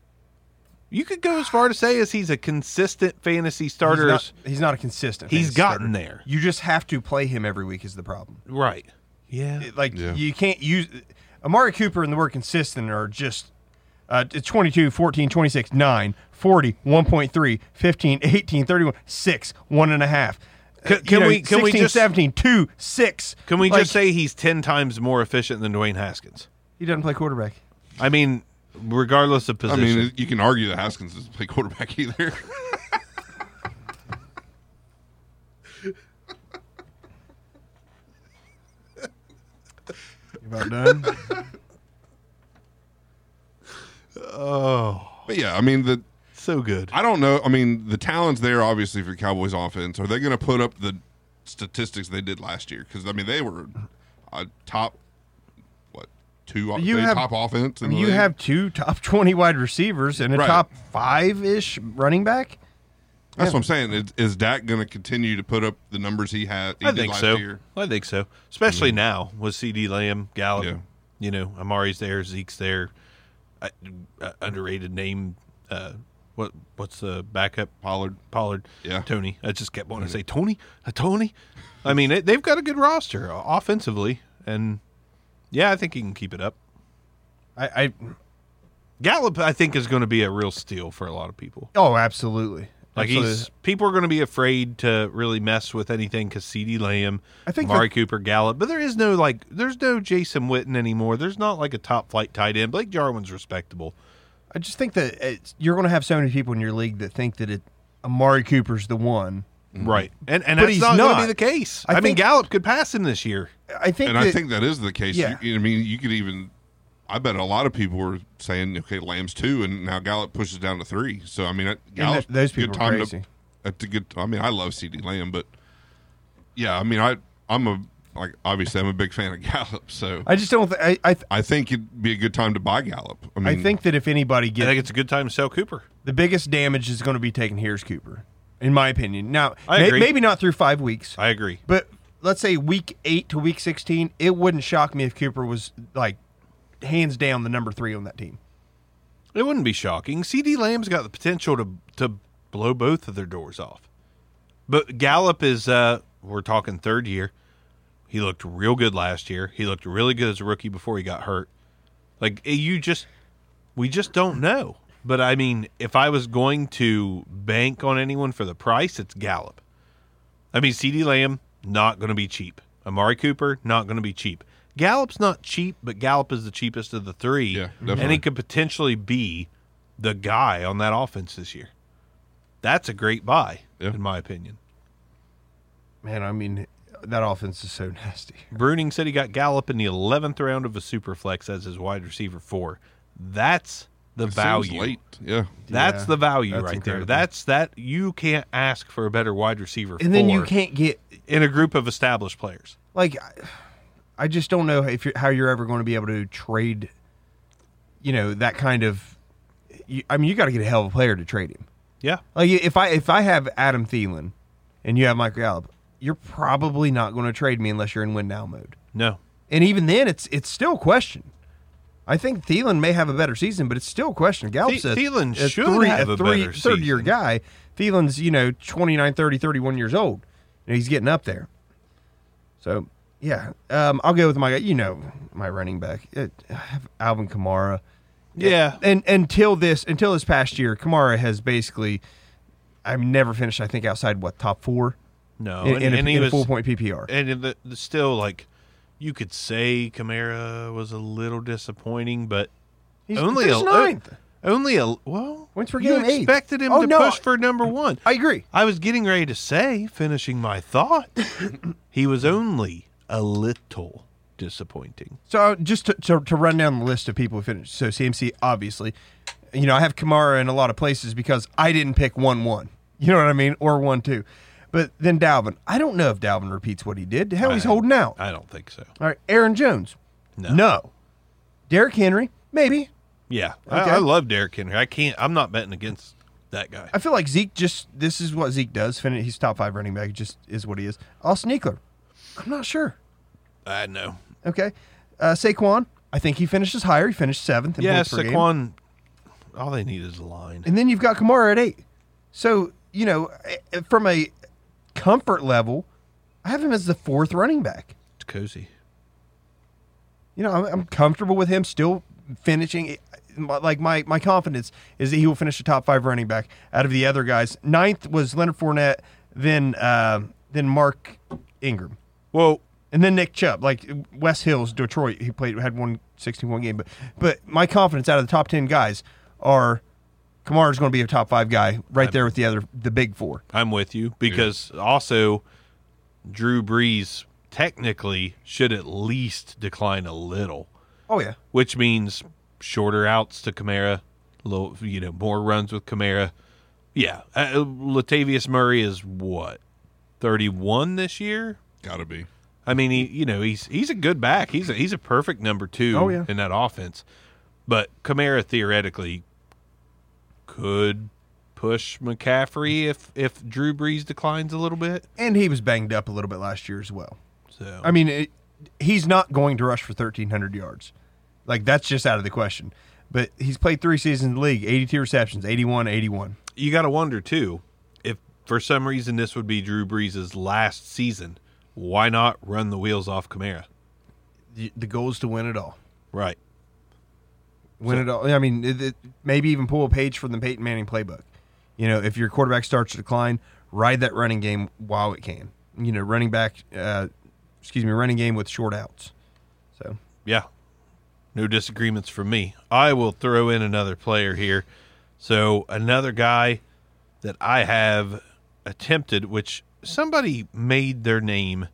You could go as far to say as he's a consistent fantasy he's starter. not, he's not a consistent. He's fantasy gotten starter. there. You just have to play him every week is the problem. right. Yeah. It- like Yeah. you can't use Amari Cooper and the word consistent are just uh, it's 22, 14, 26, 9, 40, 1.3, 15, 18, 31, 6, 1.5. Can- can we- can we just- 17, 2, 6. Can we Like, just say he's ten times more efficient than Dwayne Haskins? he doesn't play quarterback? I mean, regardless of I position. mean, you can argue that Haskins doesn't play quarterback either. You about done? but yeah, I mean the so good. I don't know. I mean, the talent's there obviously for Cowboys offense. Are they going to put up the statistics they did last year? Because I mean, they were a top what two You they have- top offense. I in mean, the you league. have two top 20 wide receivers and a Right. top five ish running back. That's what I'm saying. Is, is Dak going to continue to put up the numbers he had? He I did think last so. Year? I think so. Especially now with CD Lamb, Gallup, Yeah. you know, Amari's there, Zeke's there. Uh, uh, underrated name. Uh, what what's the backup? Pollard. Pollard. Yeah. Tony. I just kept wanting to say Tony. A Tony. I mean, they- they've got a good roster uh, offensively, and yeah, I think he can keep it up. I, I Gallup, I think, is going to be a real steal for a lot of people. oh, absolutely. Like he's people are going to be afraid to really mess with anything because CD Lamb, I think Amari the- Cooper, Gallup, but there is no like there's no Jason Witten anymore. There's not like a top flight tight end. Blake Jarwin's respectable. I just think that it's, you're going to have so many people in your league that think that it Amari Cooper's the one. Right. And and Mm-hmm. But that's he's not, going to be not. the case. I, I mean think- Gallup could pass him this year. I think And that I think that is the case. Yeah. You, I mean, you could even I bet a lot of people were saying, okay, Lamb's two, and now Gallup pushes down to three. So I mean, that- Gallup's those a good people are time to- crazy. that's a good. I mean, I love CD Lamb, but yeah, I mean, I I'm a like obviously I'm a big fan of Gallup, so I, I just don't. Th- I I, th- think it'd be a good time to buy Gallup. I mean, I think that if anybody I gets think it's a good time to sell Cooper. the biggest damage is going to be taken here is Cooper, in my opinion. Now, I may- agree. maybe not through five weeks, I agree. but let's say week eight to week 16, it wouldn't shock me if Cooper was like hands down the number three on that team. It wouldn't be shocking. CD Lamb's got the potential to to blow both of their doors off. But Gallup is uh we're talking third year. He looked real good last year. He looked really good as a rookie before he got hurt. Like eh, you just we just don't know. But I mean, if I was going to bank on anyone for the price, it's Gallup. I mean, CD Lamb not going to be cheap. Amari Cooper not going to be cheap. Gallup's not cheap, but Gallup is the cheapest of the three, Yeah, and definitely. he could potentially be the guy on that offense this year. That's a great buy, Yeah. in my opinion. Man, I mean, that offense is so nasty. Bruning said he got Gallup in the eleventh round of a super flex as his wide receiver four. That's the it seems value. late. Yeah, That's Yeah, the value that's right incredible. there. That's that you can't ask for a better wide receiver. And then you four can't get in a group of established players. like I- I just don't know if you're, how you're ever going to be able to trade, you know, that kind of. You, I mean, you got to get a hell of a player to trade him. Yeah, Like if I if I have Adam Thielen, and you have Michael Gallup, you're probably not going to trade me unless you're in win now mode. no, And even then, it's it's still a question. I think Thielen may have a better season, but it's still a question. Gallup Th- says Thielen a should three, have a three, better third year season. guy. Thielen's you know 29, 30, 31 years old, and he's getting up there. So yeah, um, I'll go with my guy. You know my running back, it, I have Alvin Kamara. yeah. And until this until this past year, Kamara has basically I've never finished. I think outside what top four No, Oh, in, and, in a, and he was full point PPR. and in the, the still like you could say Camara was a little disappointing, but He's only finished a uh, ninth. Only a well. Wins per you game, eighth. expected him Oh, to no, push I- for number one. I agree. I was getting ready to say, finishing my thought, he was only a little disappointing. So uh, just to, to, to run down the list of people who finished. So CMC, obviously, you know I have Kamara in a lot of places because I didn't pick one one. You know what I mean, or one two. But then Dalvin, I don't know if Dalvin repeats what he did. Hell, he's I- holding out. I don't think so. All right, Aaron Jones, No. Derrick Henry, maybe. Yeah, I, Okay. I love Derrick Henry. I can't. I'm not betting against that guy. I feel like Zeke just this is what Zeke does. Fin- He's top five running back. It just is what he is. Austin Eckler, I'm not sure. I know. Okay, uh, Saquon, I think he finishes higher. He finished seventh. In Yeah, points per game. Saquon. All they need is a line. and then you've got Kamara at eight. So you know, eh, from a comfort level, I have him as the fourth running back. It's cozy. You know, I'm, I'm comfortable with him still finishing. Like my my confidence is that he will finish the top five running back out of the other guys. Ninth was Leonard Fournette, then uh, then Mark Ingram. Well, And then Nick Chubb, like Wes Hills, Detroit, he played had one 61 game, but but my confidence out of the top ten guys are Kamara's going to be a top five guy right there with the other the big four. I'm with you because also Drew Brees technically should at least decline a little, Oh yeah, which means shorter outs to Kamara, little you know more runs with Kamara. Yeah, uh, Latavius Murray is what 31 this year. gotta be. I mean, he you know he's he's a good back. He's a, he's a perfect number two Oh, yeah. in that offense. But Kamara theoretically could push McCaffrey if if Drew Brees declines a little bit. and he was banged up a little bit last year as well. So I mean, it, he's not going to rush for 1,300 yards, like that's just out of the question. But he's played three seasons in the league, 82 receptions, 81, 81. you got to wonder too if for some reason this would be Drew Brees' last season. Why not run the wheels off Kamara? The, the goal is to win it all. Right. Win it all. I mean, it, it- maybe even pull a page from the Peyton Manning playbook. You know, if your quarterback starts to decline, ride that running game while it can. You know, running back, uh, excuse me, running game with short outs. So Yeah. No disagreements from me. I will throw in another player here. So, another guy that I have attempted, which somebody made their name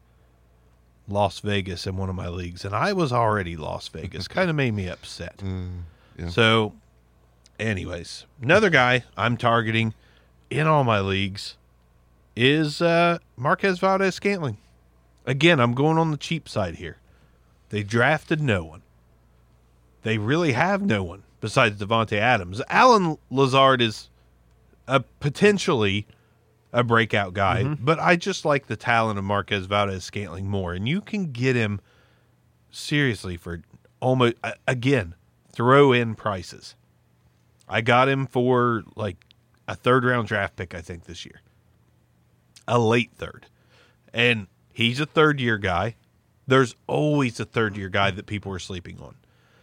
Las Vegas in one of my leagues, and I was already Las Vegas. kind of made me upset. So, anyways, another guy I'm targeting in all my leagues is uh, Marquez Valdez Scantling. Again, I'm going on the cheap side here. They drafted no one. They really have no one besides Devonte Adams. Alan Lazard is a potentially a breakout guy, but I just like the talent of Marquez Valdez Scantling more, and you can get him seriously for almost a- again throw in prices. I got him for like a third round draft pick, I think, this year, a late third, and he's a third year guy. There's always a third year guy that people are sleeping on.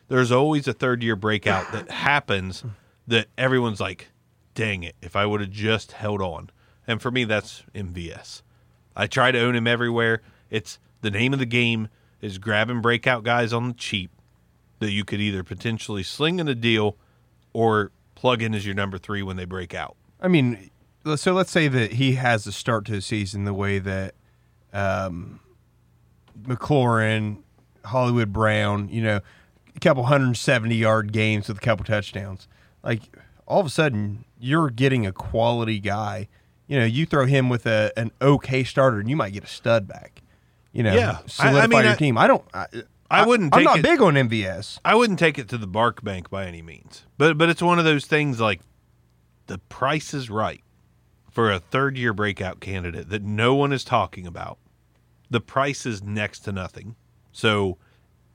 There's always a third year breakout that happens that everyone's like, dang it, if I would have just held on. And for me, that's MVS. I try to own him everywhere. It's the name of the game is grabbing breakout guys on the cheap that you could either potentially sling in a deal or plug in as your number three when they break out. I mean, l- so let's say that he has the start to the season the way that um, McLaurin, Hollywood Brown, you know, a couple 170 yard games with a couple touchdowns. Like, all of a sudden, you're getting a quality guy. You know, you throw him with a, an okay starter and you might get a stud back. You know, Yeah. I- I solidify mean, your I- team. I don't. I, I wouldn't I'm take not it- big on MVS. I wouldn't take it to the bark bank by any means, but but it's one of those things like the price is right for a third year breakout candidate that no one is talking about. The price is next to nothing. So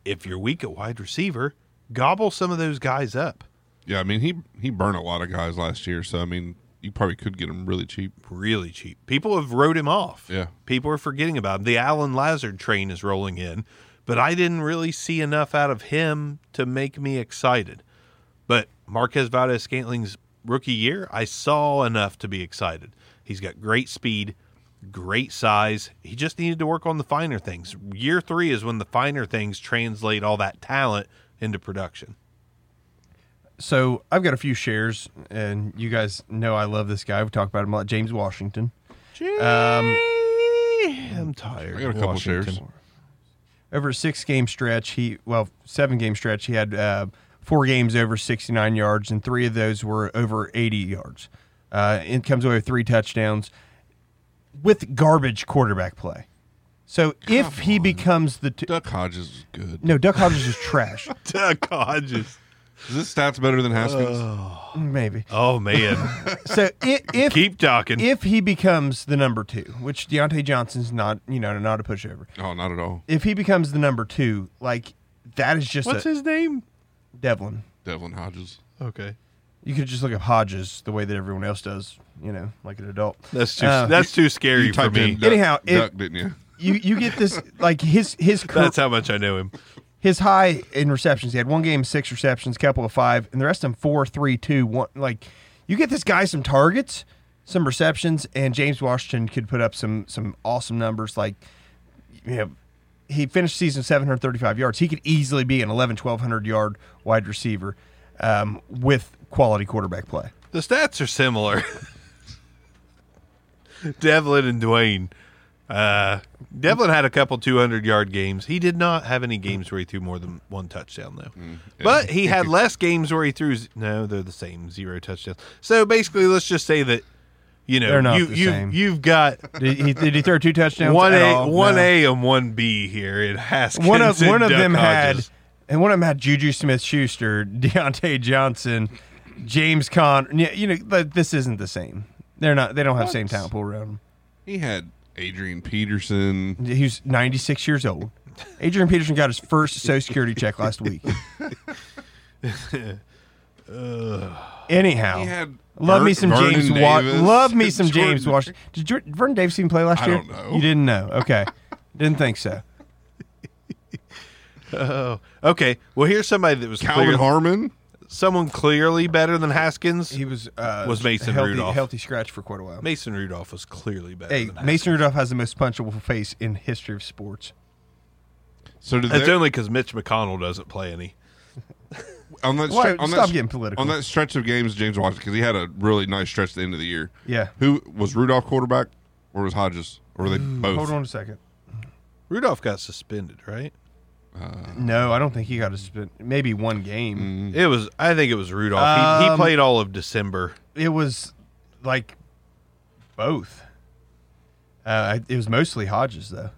if you're weak at wide receiver, gobble some of those guys up Yeah, I mean he he burned a lot of guys last year, so I mean you probably could get him really cheap. really cheap. People have wrote him off. Yeah. People are forgetting about him. The Alan Lazard train is rolling in, but I didn't really see enough out of him to make me excited. But Marquez Valdez Scantling's rookie year, I saw enough to be excited. He's got great speed, great size. He just needed to work on the finer things. Year three is when the finer things translate all that talent into production. so I've got a few shares, and you guys know I love this guy. We talk about him a lot, James Washington. Um, I'm tired. I got a couple Washington. shares. Over a six game stretch, he well seven game stretch, he had uh, four games over sixty nine yards, and three of those were over eighty yards. Uh, and comes away with three touchdowns with garbage quarterback play. So if he becomes the t- Duck Hodges is good. no, Duck Hodges is trash. Duck Hodges. Is this stats better than Haskins? Uh. Maybe Oh man, so. If, if keep talking. if he becomes the number two, which Deontay Johnson's not, you know, not a pushover. oh, not at all. if he becomes the number two, like that is just What's a his name? Devlin. Devlin Hodges. Okay, You could just look up Hodges the way that everyone else does, you know, like an adult. that's too Uh, that's too scary You for typed me. in duck, Anyhow, it- duck, didn't you? You you get this like his his cur- That's how much I know him. his high in receptions. He had one game six receptions, couple of five, and the rest of them four, three, two, one. Like you get this guy some targets, some receptions, and James Washington could put up some some awesome numbers. Like you know, he finished the season 735 yards. He could easily be an 11, 1200 yard wide receiver um, with quality quarterback play. The stats are similar. Devlin and Dwayne. Uh, Devlin had a couple 200 yard games. He did not have any games where he threw more than one touchdown, though. But he had less games where he threw. z- No, they're the same zero touchdowns. So basically, let's just say that you know They're not you the you same. you've got Did he, did he throw two touchdowns? one at a all? one No. a and one b here in Haskins. one of and one of Duck them Hodges. had, and one of them had Juju Smith Schuster, Deontay Johnson, James Con. yeah, You know, like, this isn't the same. They're not. They don't have same talent pool around He had Adrian Peterson. him. He's ninety six years old. Adrian Peterson got his first Social Security check last week. Anyhow, He had love me Ver- some Vernon James. Wa- Davis, love me some James Jordan- Washington. Did Jor- Vernon Davis even play last I year? don't know. You didn't know. Okay, didn't think so. Okay, well here's somebody that was Calvin clear, Harmon. someone clearly better than Haskins. He was uh, Was Mason healthy, Rudolph. healthy scratch for quite a while. Mason Rudolph was clearly better. Hey, than Haskins. Mason Rudolph has the most punchable face in history of sports. So did That's they, only because Mitch McConnell doesn't play any. on that Why- stre- on stop that, getting political. on that stretch of games James Washington because he had a really nice stretch at the end of the year. Yeah. Mm, Who was Rudolph quarterback or was Hodges or were they both? Hold on a second. Rudolph got suspended, right? No, I don't think he got to spend maybe one Mm. game. It was. I think it was Rudolph. he, he Um, played all of December. It was like both. Uh, it was mostly Hodges though.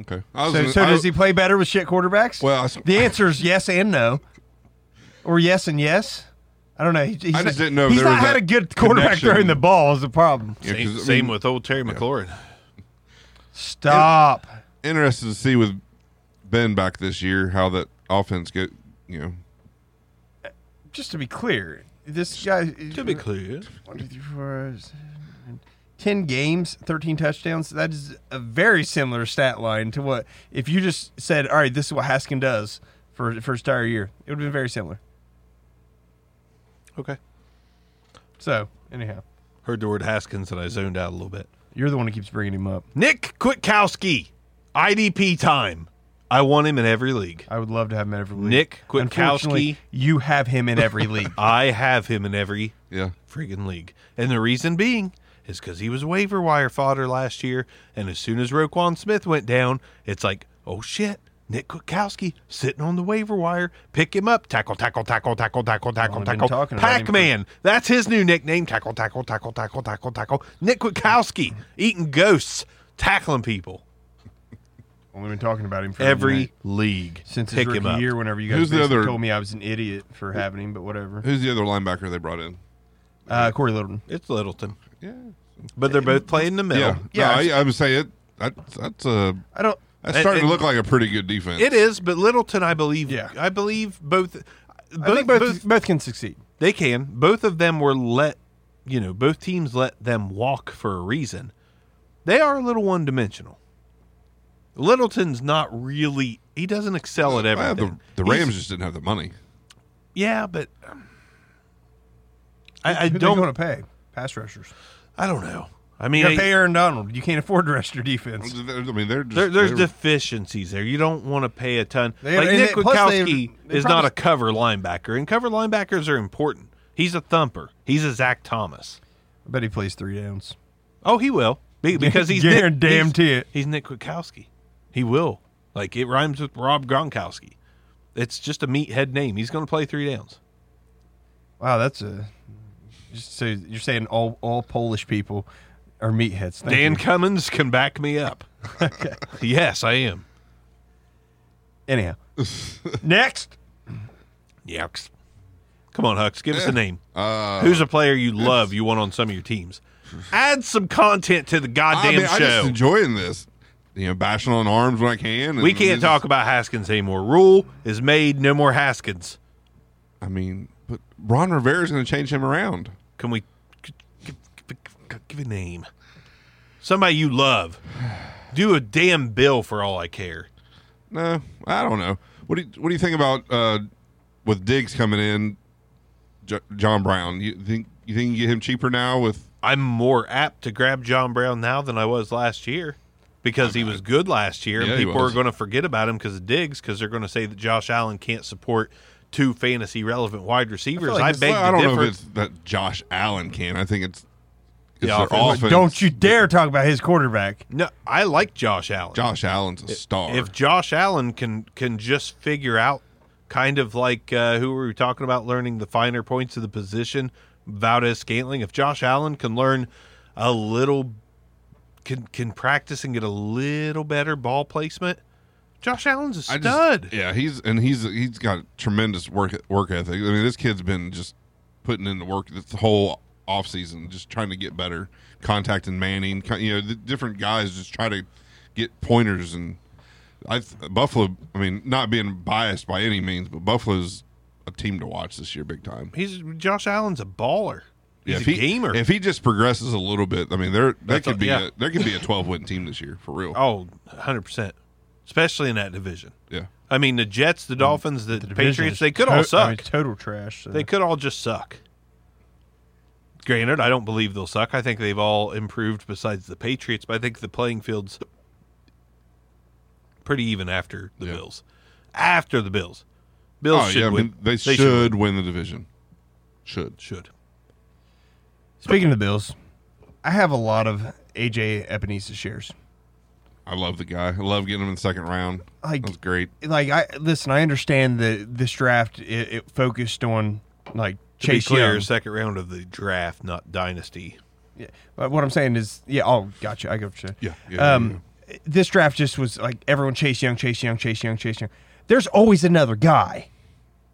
Okay. So, I was gonna- so I- does he play better with shit quarterbacks? Well, I s- the answer is yes and no, or yes and yes. I don't know. He, he's I just not- didn't know if He's there not was had that a good quarterback connection. throwing the ball. Is the problem? Yeah, 'cause, same, I mean, same with old Terry McLaurin. Stop. interested to see with Ben back this year how that offense get you know Just to be clear, this guy. To be clear, One, two, three, four, five, six, seven, ten games, thirteen touchdowns. That is a very similar stat line to what if you just said, "All right, this is what Haskin does for for his entire year." It would have been very similar. okay. So anyhow, Heard the word Haskins and I zoned out a little bit. you're the one who keeps bringing him up. Nick Kwiatkowski, IDP time. I want him in every league. I would love to have him in every league. Nick Unfortunately, Kwiatkowski. you have him in every league. I have him in every yeah friggin' league. And the reason being is because he was waiver wire fodder last year. And as soon as Roquan Smith went down, it's like, oh shit, Nick Kwiatkowski sitting on the waiver wire. Pick him up. Tackle, tackle, tackle, tackle, tackle, tackle, Only been tackle. talking about him for- Pac Man. That's his new nickname. Tackle, tackle, tackle, tackle, tackle, tackle. Nick Kwiatkowski eating ghosts, tackling people. Only been talking about him for Every league. since his Pick him rookie up. year. Whenever you guys Who's the basically other- told me I was an idiot for having him, but whatever. who's the other linebacker they brought in Uh, Corey Littleton. It's Littleton. yeah But they're both playing the middle. yeah yeah, yeah I, I would say it that, that's a I don't. that's It- starting it- to look like a pretty good defense It is, but Littleton, I believe. Yeah. I believe both. Both, I think both, both can succeed. they can. Both of them were let. You know, both teams let them walk for a reason. They are a little one dimensional. Littleton's not really. He doesn't excel at Well, everything. Uh, the, the He's- Rams just didn't have the money yeah, but um, I, I Who don't. want to pay pass rushers. I don't know. I You mean, gotta I- pay Aaron Donald. You can't afford the rest of your defense. I mean they're just there, there's they're- deficiencies there. You don't want to pay a ton. They- like and Nick they- plus they- Kwiatkowski they is not probably- a cover linebacker, and cover linebackers are important. He's a thumper. He's a Zach Thomas. I bet he plays three downs. Oh, he will Be- because he's Nick- Guarantee he's- it. He's Nick Kwiatkowski. He will. Like it rhymes with Rob Gronkowski. It's just a meathead name. He's going to play three downs. Wow, that's a. Just so you're saying all all Polish people are meatheads. Thank Dan you. Cummins can back me up. Yes, I am. Anyhow, next. Yucks. Come on, Hux. Give us a name. uh, Who's a player you love you want on some of your teams? Add some content to the I goddamn mean, I'm show. just enjoying this you know bashing on arms when I can and we can't it's- talk about Haskins anymore. Rule is made. No more Haskins. I mean but Ron Rivera's going to change him around Can we g- g- g- g- give a name? Somebody you love. Do a damn bill for all I care. No, I don't know. What do you, What do you think about uh, with Diggs coming in, J- John Brown? You think you think you get him cheaper now with I'm more apt to grab John Brown now than I was last year because he was good last year, Yeah, and he people are was. going to forget about him because of Diggs because they're going to say that Josh Allen can't support two fantasy relevant wide receivers. I, like this- beg Well, to I don't differ. know if it's that Josh Allen can. I think it's it's Yeah, their offense. offense. Don't you dare talk about his quarterback. no, I like Josh Allen. Josh Allen's a star. if Josh Allen can can just figure out kind of like uh, who were we talking about learning the finer points of the position, Valdez Scantling. If Josh Allen can learn a little, can can practice and get a little better ball placement, Josh Allen's a I just- stud. yeah, he's and he's he's got tremendous work work ethic. I mean, this kid's been just putting in the work this whole off season, just trying to get better. Contacting Manning, co- you know, the different guys just try to get pointers and I th- Buffalo. I mean, not being biased by any means, but Buffalo's a team to watch this year, big time. He's Josh Allen's a baller. He's Yeah, if a he, gamer. If he just progresses a little bit, I mean, there that That's could a- be yeah. a, there could be a twelve win team this year for real. oh, 100 percent, especially in that division. Yeah. I mean, the Jets, Mm. the Dolphins, the, Patriots, they could To- all I mean, suck. total trash. so. They could all just suck. Granted, I don't believe they'll suck. I think they've all improved besides the Patriots, but I think the playing field's pretty even after the Yeah. Bills. After the Bills. Bills oh should yeah, I mean, win. they, should, win the division. Should. Should. Speaking of the Bills, I have a lot of AJ Ebenezer shares. I love the guy. I love getting him in the second round. Like- That was great. Like I listen, I understand that this draft it, it focused on like To be Chase clear, Young. second round of the draft, not dynasty. Yeah, But what I'm saying is, yeah, oh, gotcha. I gotcha. Yeah, yeah, um, This draft just was like everyone chase Young, chase Young, chase Young, chase Young. There's always another guy.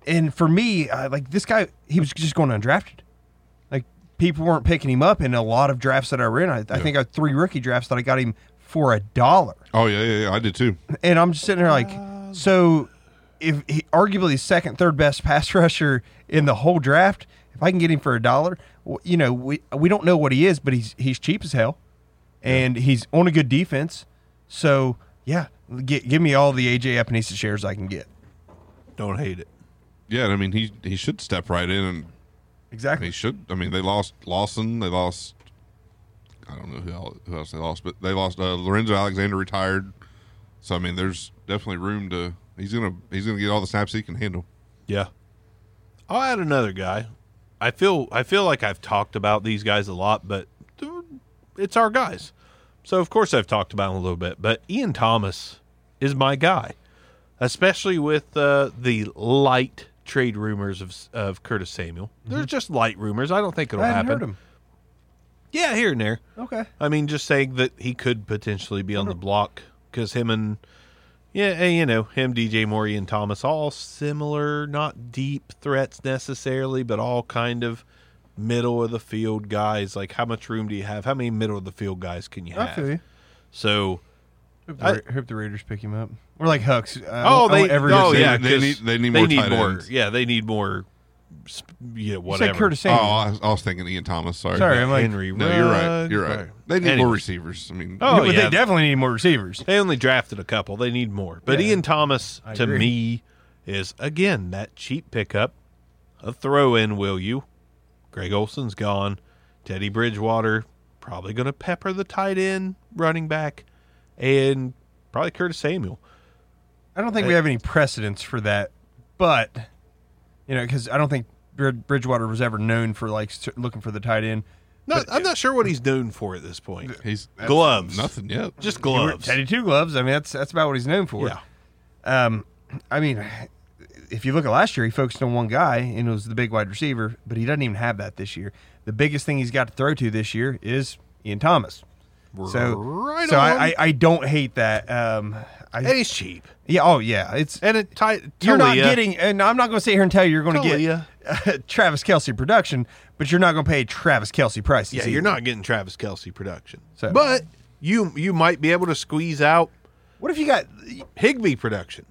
And for me, uh, like this guy, he was just going undrafted. Like people weren't picking him up in a lot of drafts that I were in. I, I think I had three rookie drafts that I got him for a dollar. Oh yeah, yeah, yeah. I did too. And I'm just sitting there like, so if he, arguably the second, third best pass rusher in the whole draft, if I can get him for a dollar, w- you know, we we don't know what he is, but he's he's cheap as hell, and he's on a good defense. So yeah, gi- give me all the AJ Epinesa shares I can get. Don't hate it. Yeah, and I mean he he should step right in and Exactly. They should. I mean, they lost Lawson. They lost. I don't know who else, who else they lost, but they lost uh, Lorenzo Alexander retired. So I mean, there's definitely room to. He's gonna he's gonna get all the snaps he can handle. Yeah. I'll add another guy. I feel I feel like I've talked about these guys a lot, but they're- it's our guys. So of course I've talked about him a little bit, but Ian Thomas is my guy, especially with uh, the light trade rumors of of Curtis Samuel. They're just light rumors. I don't think it'll Mm-hmm. I hadn't happen. heard him. Yeah, here and there. Okay. I mean, just saying that he could potentially be on the block because him and yeah, eh, you know, him, DJ Morey, and Thomas, all similar, not deep threats necessarily, but all kind of middle of the field guys. Like, how much room do you have? How many middle of the field guys can you I feel have? you. So, Hope I- the, Ra- hope the Raiders pick him up. We're like Hucks. I oh, want- I they, want every oh receiver. yeah, They 'cause need- they need more tight ends. Yeah, they need more. sp- You know, You whatever. said Curtis Oh, Samuel. I was, I was thinking Ian Thomas. Sorry, Sorry, I'm like, Henry. no, you're right. Ruggs. You're right. They need more Anyway. receivers. I mean, Oh, but yeah. they definitely need more receivers. They only drafted a couple. They need more. But Yeah. Ian Thomas, I to agree. me, is again that cheap pickup. A throw in, will you? Greg Olson's gone. Teddy Bridgewater probably going to pepper the tight end, running back, and probably Curtis Samuel. I don't think we have any precedents for that, but you know, because I don't think Brid- Bridgewater was ever known for like cer- looking for the tight end. Not, I'm not sure what he's known for at this point. he's that's Gloves. Nothing yet. Just He wore gloves. Teddy two gloves. I mean, that's that's about what he's known for. yeah. Um, I mean, if you look at last year, he focused on one guy and it was the big wide receiver, but he doesn't even have that this year. The biggest thing he's got to throw to this year is Ian Thomas. So, Right so on. I, I, I don't hate that. Um, I, And he's cheap. yeah, oh yeah, it's And it tight. You're not Talia- getting, and I'm not going to sit here and tell you you're going to Talia. get uh, Travis Kelsey production, but you're not going to pay Travis Kelsey prices. Yeah, either. you're not getting Travis Kelsey production. So- But you you might be able to squeeze out What if you got? Higby production.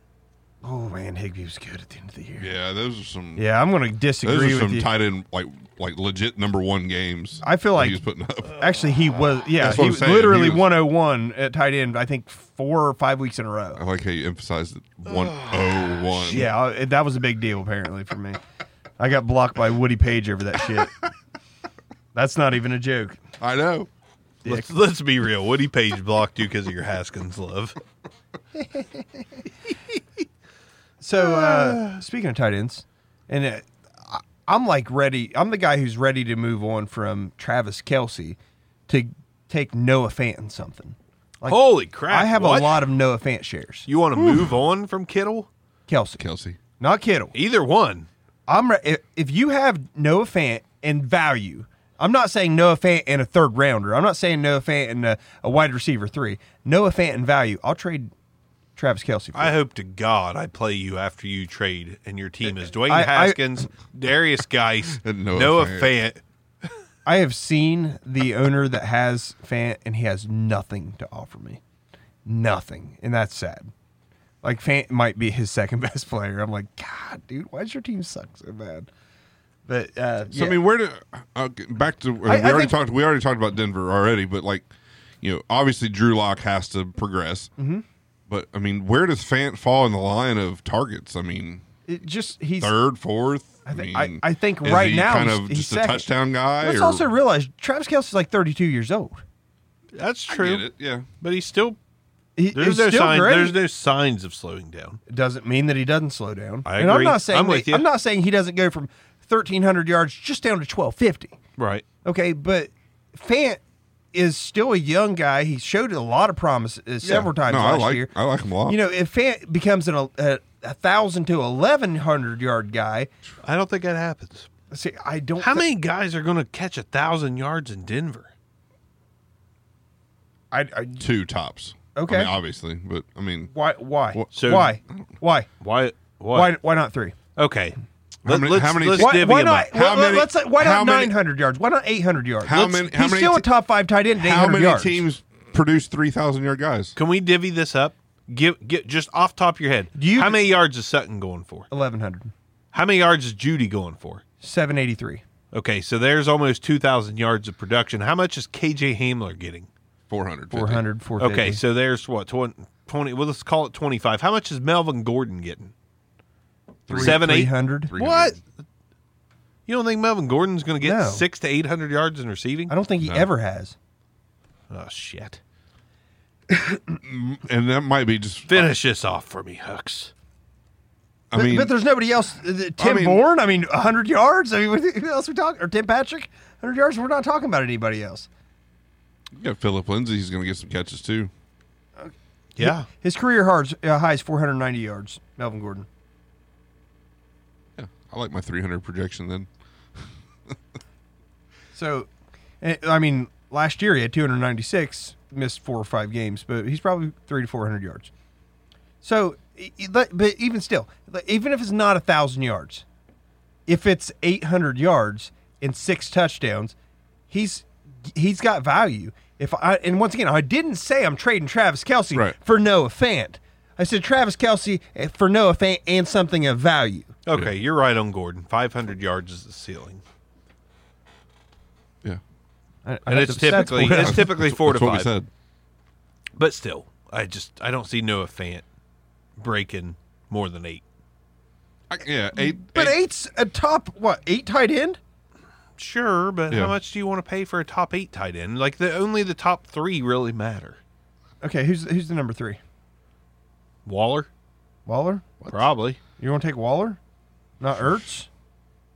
Oh man, Higby was good at the end of the year. Yeah, Yeah, those are some. I'm going to disagree those are with some you. tight end like like legit number one games. I feel that like- he was putting up. Actually, he was. Yeah, That's what he I'm was saying. literally He was- 101 at tight end. I think four or five weeks in a row. I like how you emphasized it. One oh one. Yeah, I- that was a big deal apparently for me. I got blocked by Woody Page over that shit. That's not even a joke. I know. Let's, let's be real. Woody Page blocked you because of your Haskins love. So Ah. uh, speaking of tight ends, and uh, I- I'm like ready. I'm the guy who's ready to move on from Travis Kelsey to take Noah Fant and something. Like, Holy crap! I have what? a lot of Noah Fant shares. You want to move on from Kittle? Kelsey, Kelsey. not Kittle. Either one. I'm re- if, if you have Noah Fant and value. I'm not saying Noah Fant and a third rounder. I'm not saying Noah Fant and a, a wide receiver three. Noah Fant and value. I'll trade Travis Kelsey. For I it. hope to God I play you after you trade, and your team is Dwayne I- I- Haskins, Darius Geis, And Noah Noah Fant. Fant. I have seen the owner that has Fant, and he has nothing to offer me, nothing, and that's sad. Like Fant might be his second best player. I'm like, God, dude, why does your team suck so bad? But uh, So yeah. I mean, where do uh, back to? I we already think- talked. We already talked about Denver already, but like, you know, obviously Drew Lock has to progress. Mm-hmm. But I mean, where does Fant fall in the line of targets? I mean, it just he's third, fourth. I think- mean, I- I think is right he now kind he's- of he's just a second. touchdown guy. Let's or- also realize Travis Kelsey's like 32 years old. That's I get true, it, Yeah, but he's still He, there's he's no still sign, great. there's no signs of slowing down. doesn't mean that he doesn't slow down. I and I'm agree. not saying I'm that- with you. I'm not saying he doesn't go from 1300 yards just down to 1250. Right. Okay, but Fant is still a young guy. He showed a lot of promise uh, several Yeah. times No, last I like, year. I like him a lot. You know, if Fant becomes an, el- a, a thousand to eleven hundred yard guy, I don't think that happens. see, I don't. How thi- many guys are going to catch a thousand yards in Denver? I, I, two tops. Okay. I mean, obviously, but I mean, why? Why? What- so- why? Why? Why? Why? Why not three? Okay. How many- let's how many- let's Why- Why, divvy why them not? up. How well, many- let's say- why how not many- nine hundred yards? Why not eight hundred yards? how Let's- many? How he's many? still a te- top five tight end. At How 800 many yards. teams produce three thousand yard guys? Can we divvy this up? Give get just off top of your head. You- how many yards is Sutton going for? Eleven hundred. How many yards is Judy going for? Seven eighty three. Okay, so there's almost two thousand yards of production. How much is KJ Hamler getting? 400. 400, 450. Okay, so there's what 20, 20 well let's call it 25. How much is Melvin Gordon getting? Three- Seven, eight. 300. What? You don't think Melvin Gordon's going to get No. 6 to 800 yards in receiving? I don't think he ever has. Oh shit. And that might be just. Finish this off for me, Hooks. I But, mean, but there's nobody else. Uh, th- Tim mean- Bourne, I mean, 100 yards. I mean, what- who else we talking? Or Tim Patrick, 100 yards. We're not talking about anybody else. you got Philip Lindsay. He's going to get some catches too. Yeah. His career hard, uh, high is 490 yards. Melvin Gordon. Yeah, I like my 300 projection. Then So, eh, I mean, last year he had 296, missed four or five games, but he's probably three to 400 yards. So, e- e- but but even still, like, even if it's not a thousand yards, if it's 800 yards and six touchdowns, he's he's got value. If I and once again, I didn't say I'm trading Travis Kelsey Right. for Noah Fant. I said Travis Kelsey eh, for Noah Fant and something of value. Okay, you're right on Gordon. 500 yards is the ceiling. yeah, I- I And have it's the stats typically- pulled up. It's typically That's- four to that's what we five. said. But still, I just I don't see Noah Fant breaking more than 8. I- yeah, eight. but eight- eight's a top what eight tight end. Sure, but Yeah. how much do you want to pay for a top 8 tight end? Like the only the top 3 really matter. Okay, who's who's the number three? Waller? Waller. Probably. You want to take Waller, not Ertz.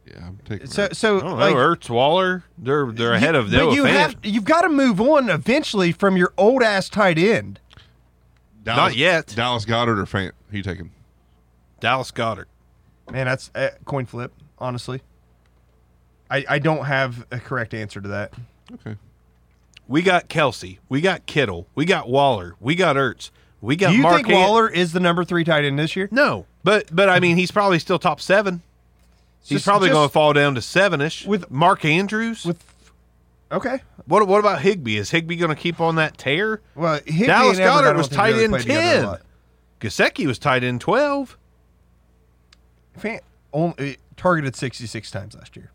Yeah, I'm taking. So it. so I don't know. like, Ertz, Waller, they're they're ahead you- of But Noah you Fant. have you've got to move on eventually from your old ass tight end. Dallas, not yet. Dallas Goddard or Fant? Who you taking? Dallas Goddard. Man, that's a coin flip. Honestly, I I don't have a correct answer to that. Okay. We got Kelsey. We got Kittle. We got Waller. We got Ertz. We got Do you Mark think Ant- Waller is the number three tight end this year? No, but but I mean, he's probably still top seven. He's Just- probably just going to fall down to seven ish with- Mark Andrews. with. Okay, what what about Higby? Is Higby going to keep on that tear? well, Higby Dallas and Everett, I Goddard don't was think really tight end played together a ten. lot. Gasecki was tight end twelve. Fant only eh, targeted sixty six times last year.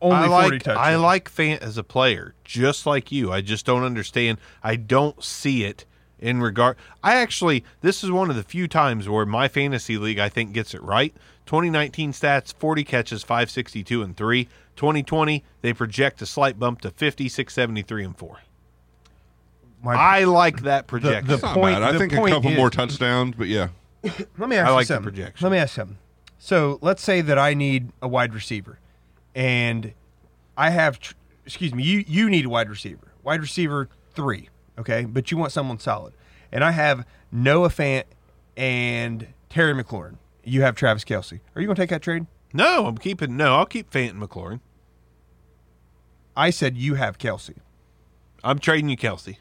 Only I forty like touches. I like Fant as a player, just like you. I just don't understand. I don't see it in regard. I actually this is one of the few times where my fantasy league I think gets it right. 2019 stats: 40 catches, 562 and three. 2020 they project a slight bump to 50, 673 and four. My- I like that projection. the- It's not Point- bad. I the think a point couple is- more touchdowns, but yeah, Let me ask I you like the something. projection. Let me ask you something. So let's say that I need a wide receiver, and I have, tr- excuse me, you you need a wide receiver, wide receiver three, okay, but you want someone solid, and I have Noah Fant and Terry McLaurin. You have Travis Kelsey. Are you going to take that trade? no, I'm keeping. No, I'll keep Fant and McLaurin. I said you have Kelsey. I'm trading you Kelsey.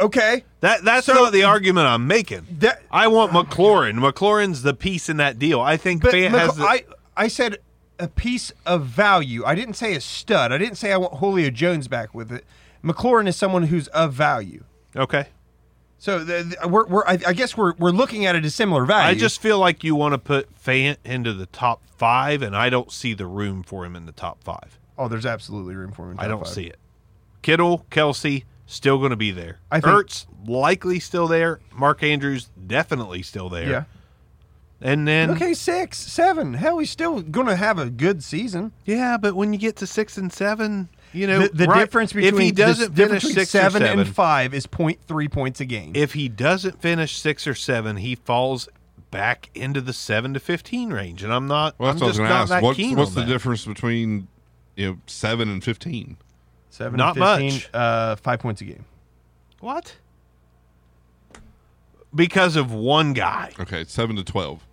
Okay, That that's So- not the argument I'm making. That- I want McLaurin. McLaurin's the piece in that deal. I think but Fant look, has the, I I said a piece of value. I didn't say a stud. I didn't say I want Julio Jones back with it. McLaurin is someone who's of value. okay. So the, the, we're, we're I, I guess we're we're looking at a dissimilar value. I just feel like you want to put Fant into the top five, and I don't see the room for him in the top five. oh, there's absolutely room for him. in I top don't five. see it. Kittle, Kelsey, still going to be there. I think- Ertz likely still there. Mark Andrews definitely still there. Yeah. And then Okay, six, seven. Hell, he's still going to have a good season. yeah, but when you get to six and seven, you know the the right- difference between if he the doesn't difference finish between six seven, or seven and five is 0.3 points a game. if he doesn't finish six or seven, he falls back into the seven to fifteen range, and I'm not. well, I'm that's what I was just going not to that ask. What's, keen what's on the that. difference between you know seven and fifteen? Seven, Not and 15, much. Uh, five points a game. What? Because of one guy. Okay, seven to twelve.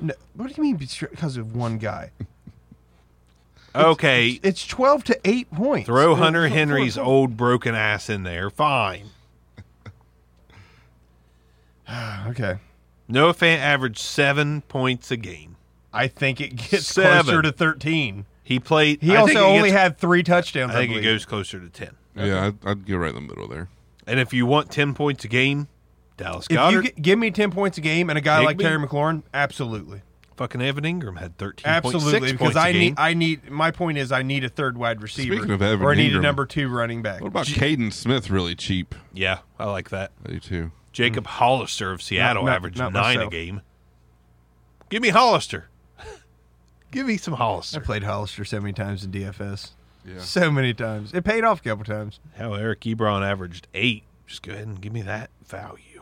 No, what do you mean because of one guy? Okay, It's twelve to eight points. throw It's- Hunter it's not Henry's four- old broken ass in there. Fine. Okay, Noah Fant averaged seven points a game. I think it gets Seven. closer to thirteen. He played. He I also think it only gets- had three touchdowns. I I, think it believe. goes closer to ten. Yeah, I'd, I'd get right in the middle there. And if you want ten points a game, Dallas If Goddard, you g- give me ten points a game and a guy like Higby? Terry McLaurin, absolutely, fucking Evan Ingram had thirteen. absolutely, because points a I need, game. I need. My point is, I need a third wide receiver. Speaking of Evan or I need Ingram. a number two running back. What about Caden Smith? Really cheap. yeah, I like that. I do too. Jacob Hollister of Seattle Hmm. not- averaged not nine myself. a game. Give me Hollister. Give me some I Hollister. played Hollister so many times in DFS. Yeah. So many times. It paid off a couple times. Hell, Eric Ebron averaged eight. Just go ahead and give me that value.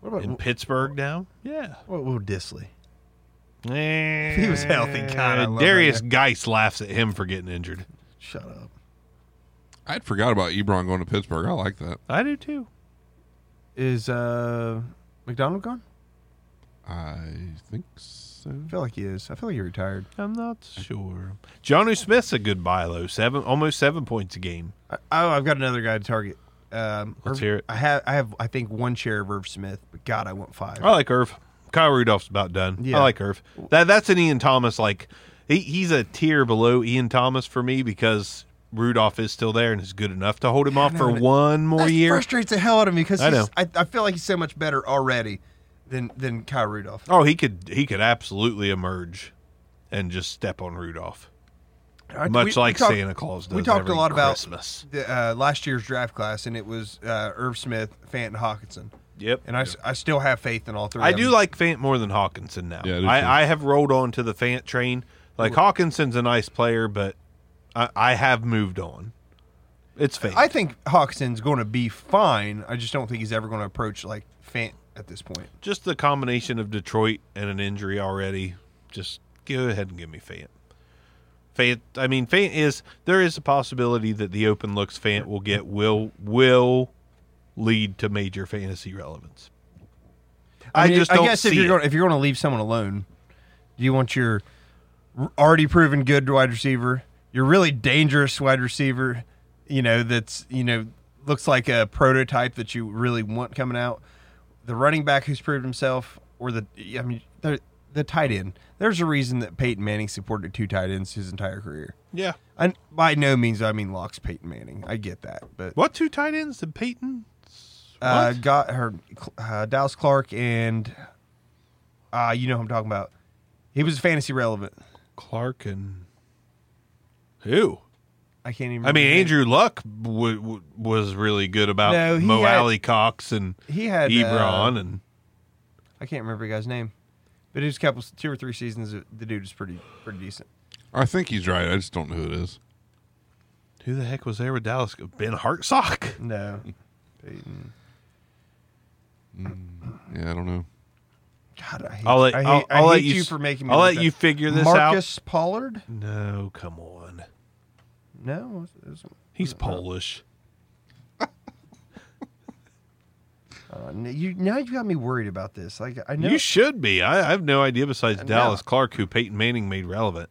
What In about Pittsburgh now? Yeah. what about Disley? He was healthy, God, I love that Eh, Darius guy. Geis laughs at him for getting injured. Shut up. I'd forgot about Ebron going to Pittsburgh. I like that. I do too. Is uh McDonald gone? I think so. I feel like he is. I feel like he retired. I'm not sure. Johnny Smith's a good buy low. Seven, almost seven points a game. I, oh, I've got another guy to target. Um, Let's Irv- hear it. I have I have I think one share of Irv Smith, but God, I want five. I like Irv. Kyle Rudolph's about done. Yeah. I like Irv. That that's an Ian Thomas like he, he's a tier below Ian Thomas for me because Rudolph is still there and is good enough to hold him off know, for and it- one more That year. frustrates the hell out of me because I he's- I, I feel like he's so much better already than than Kyle Rudolph. Oh, he could he could absolutely emerge and just step on Rudolph. I- Much we- we like talked- Santa Claus does. we talked every a lot about Christmas. the, uh, last year's draft class, and it was uh, Irv Smith, Fant, and Hawkinson. Yep. And I, s- I still have faith in all three. I of do them. like Fant more than Hawkinson now. Yeah, I do too. I, I have rolled on to the Fant train. Like Hawkinson's a nice player, but I, I have moved on. It's Fant. I think Hawkinson's going to be fine. I just don't think he's ever going to approach like Fant at this point. just the combination of Detroit and an injury already. Just go ahead and give me Fant. Fant, I mean, Fant is there is a possibility that the open looks Fant will get will will lead to major fantasy relevance. I, mean, just don't I guess see if you're it. going if you're going to leave someone alone, do you want your r- already proven good wide receiver, your really dangerous wide receiver, you know that's you know looks like a prototype that you really want coming out, the running back who's proved himself, or the I mean the the tight end. There's a reason that Peyton Manning supported two tight ends his entire career. yeah. And by no means I mean locks Peyton Manning. I get that, but What two tight ends? The Peyton. uh, What? got her uh, Dallas Clark and uh, you know who I'm talking about. He was fantasy relevant. Clark and who? I can't even. I mean, remember his name. Andrew Luck w- w- was really good about No, he Mo had- Alley Cox and he had, Ebron uh, and I can't remember the guy's name, but it was a couple, two or three seasons. The dude is pretty, pretty decent. I think he's right. I just don't know who it is. who the heck was there with Dallas? Ben Hartsock. No, Peyton. Yeah, I don't know. God, I hate, I'll let, I hate, I'll, I I'll hate let you s- for making. Me I'll look let that. you figure this out. Marcus Pollard? No, come on. No, it was- it was- He's Polish. uh, you now you got me worried about this. Like I know You should be. I, I have no idea besides Dallas Clark, who Peyton Manning made relevant.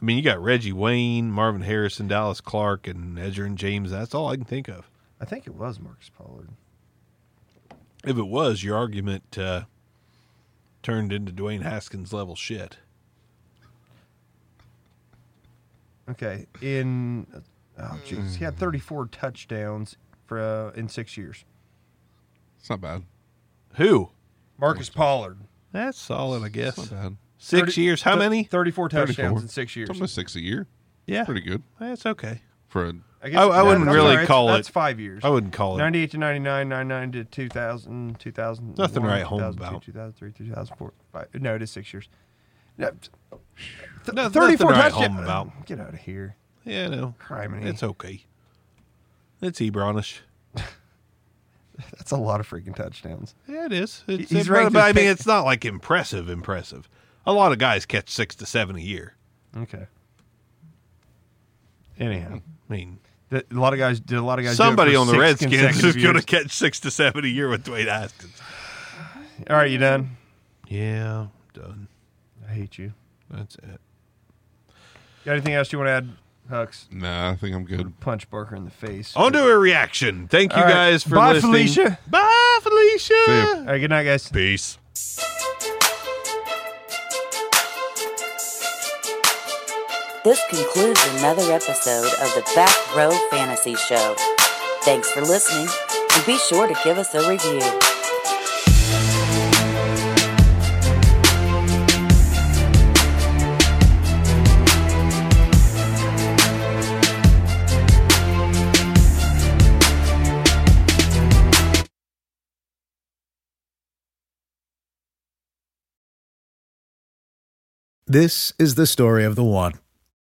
I mean, you got Reggie Wayne, Marvin Harrison, Dallas Clark, and Edger and James. That's all I can think of. I think it was Marcus Pollard. If it was, your argument uh, turned into Dwayne Haskins level shit. Okay, in oh jeez, he had 34 touchdowns for uh, in six years. It's not bad. Who? Marcus Pollard, That's solid, I guess. It's not bad. Six 30 years. How th- many? 34 touchdowns 34. in six years. It's almost six a year. Yeah, Pretty good That's okay. for a. guess, I- I wouldn't I'm really it's- call that's it- five years. I wouldn't call it. 98 to 99, 99 to 2000, 2000. Nothing right home 2002, about. 2003, 2004. Five, no, it is six years. No, th- No- nothing right touchdowns. home about. Get out of here. Yeah, no. Criminy. It's okay. It's Ebronish. That's a lot of freaking touchdowns. Yeah, it is. It's, He's it's right, ranked but I as mean, pick- it's not like impressive, impressive. A lot of guys catch six to seven a year. Okay. Anyhow. I mean, That a lot of guys did. A lot of guys. do it Somebody for on the six Redskins is consecutive going to years. catch six to seven a year with Dwayne Haskins. All right, you done? Yeah, done. I hate you. That's it. Got anything else you want to add, Hux? Nah, I think I'm good. Punch Barker in the face. On to a reaction. Thank you All right. guys for Bye, listening. Felicia. Bye, Felicia. See ya. All right, good night, guys. Peace. This concludes another episode of the Back Row Fantasy Show. Thanks for listening, and be sure to give us a review. This is the story of the one.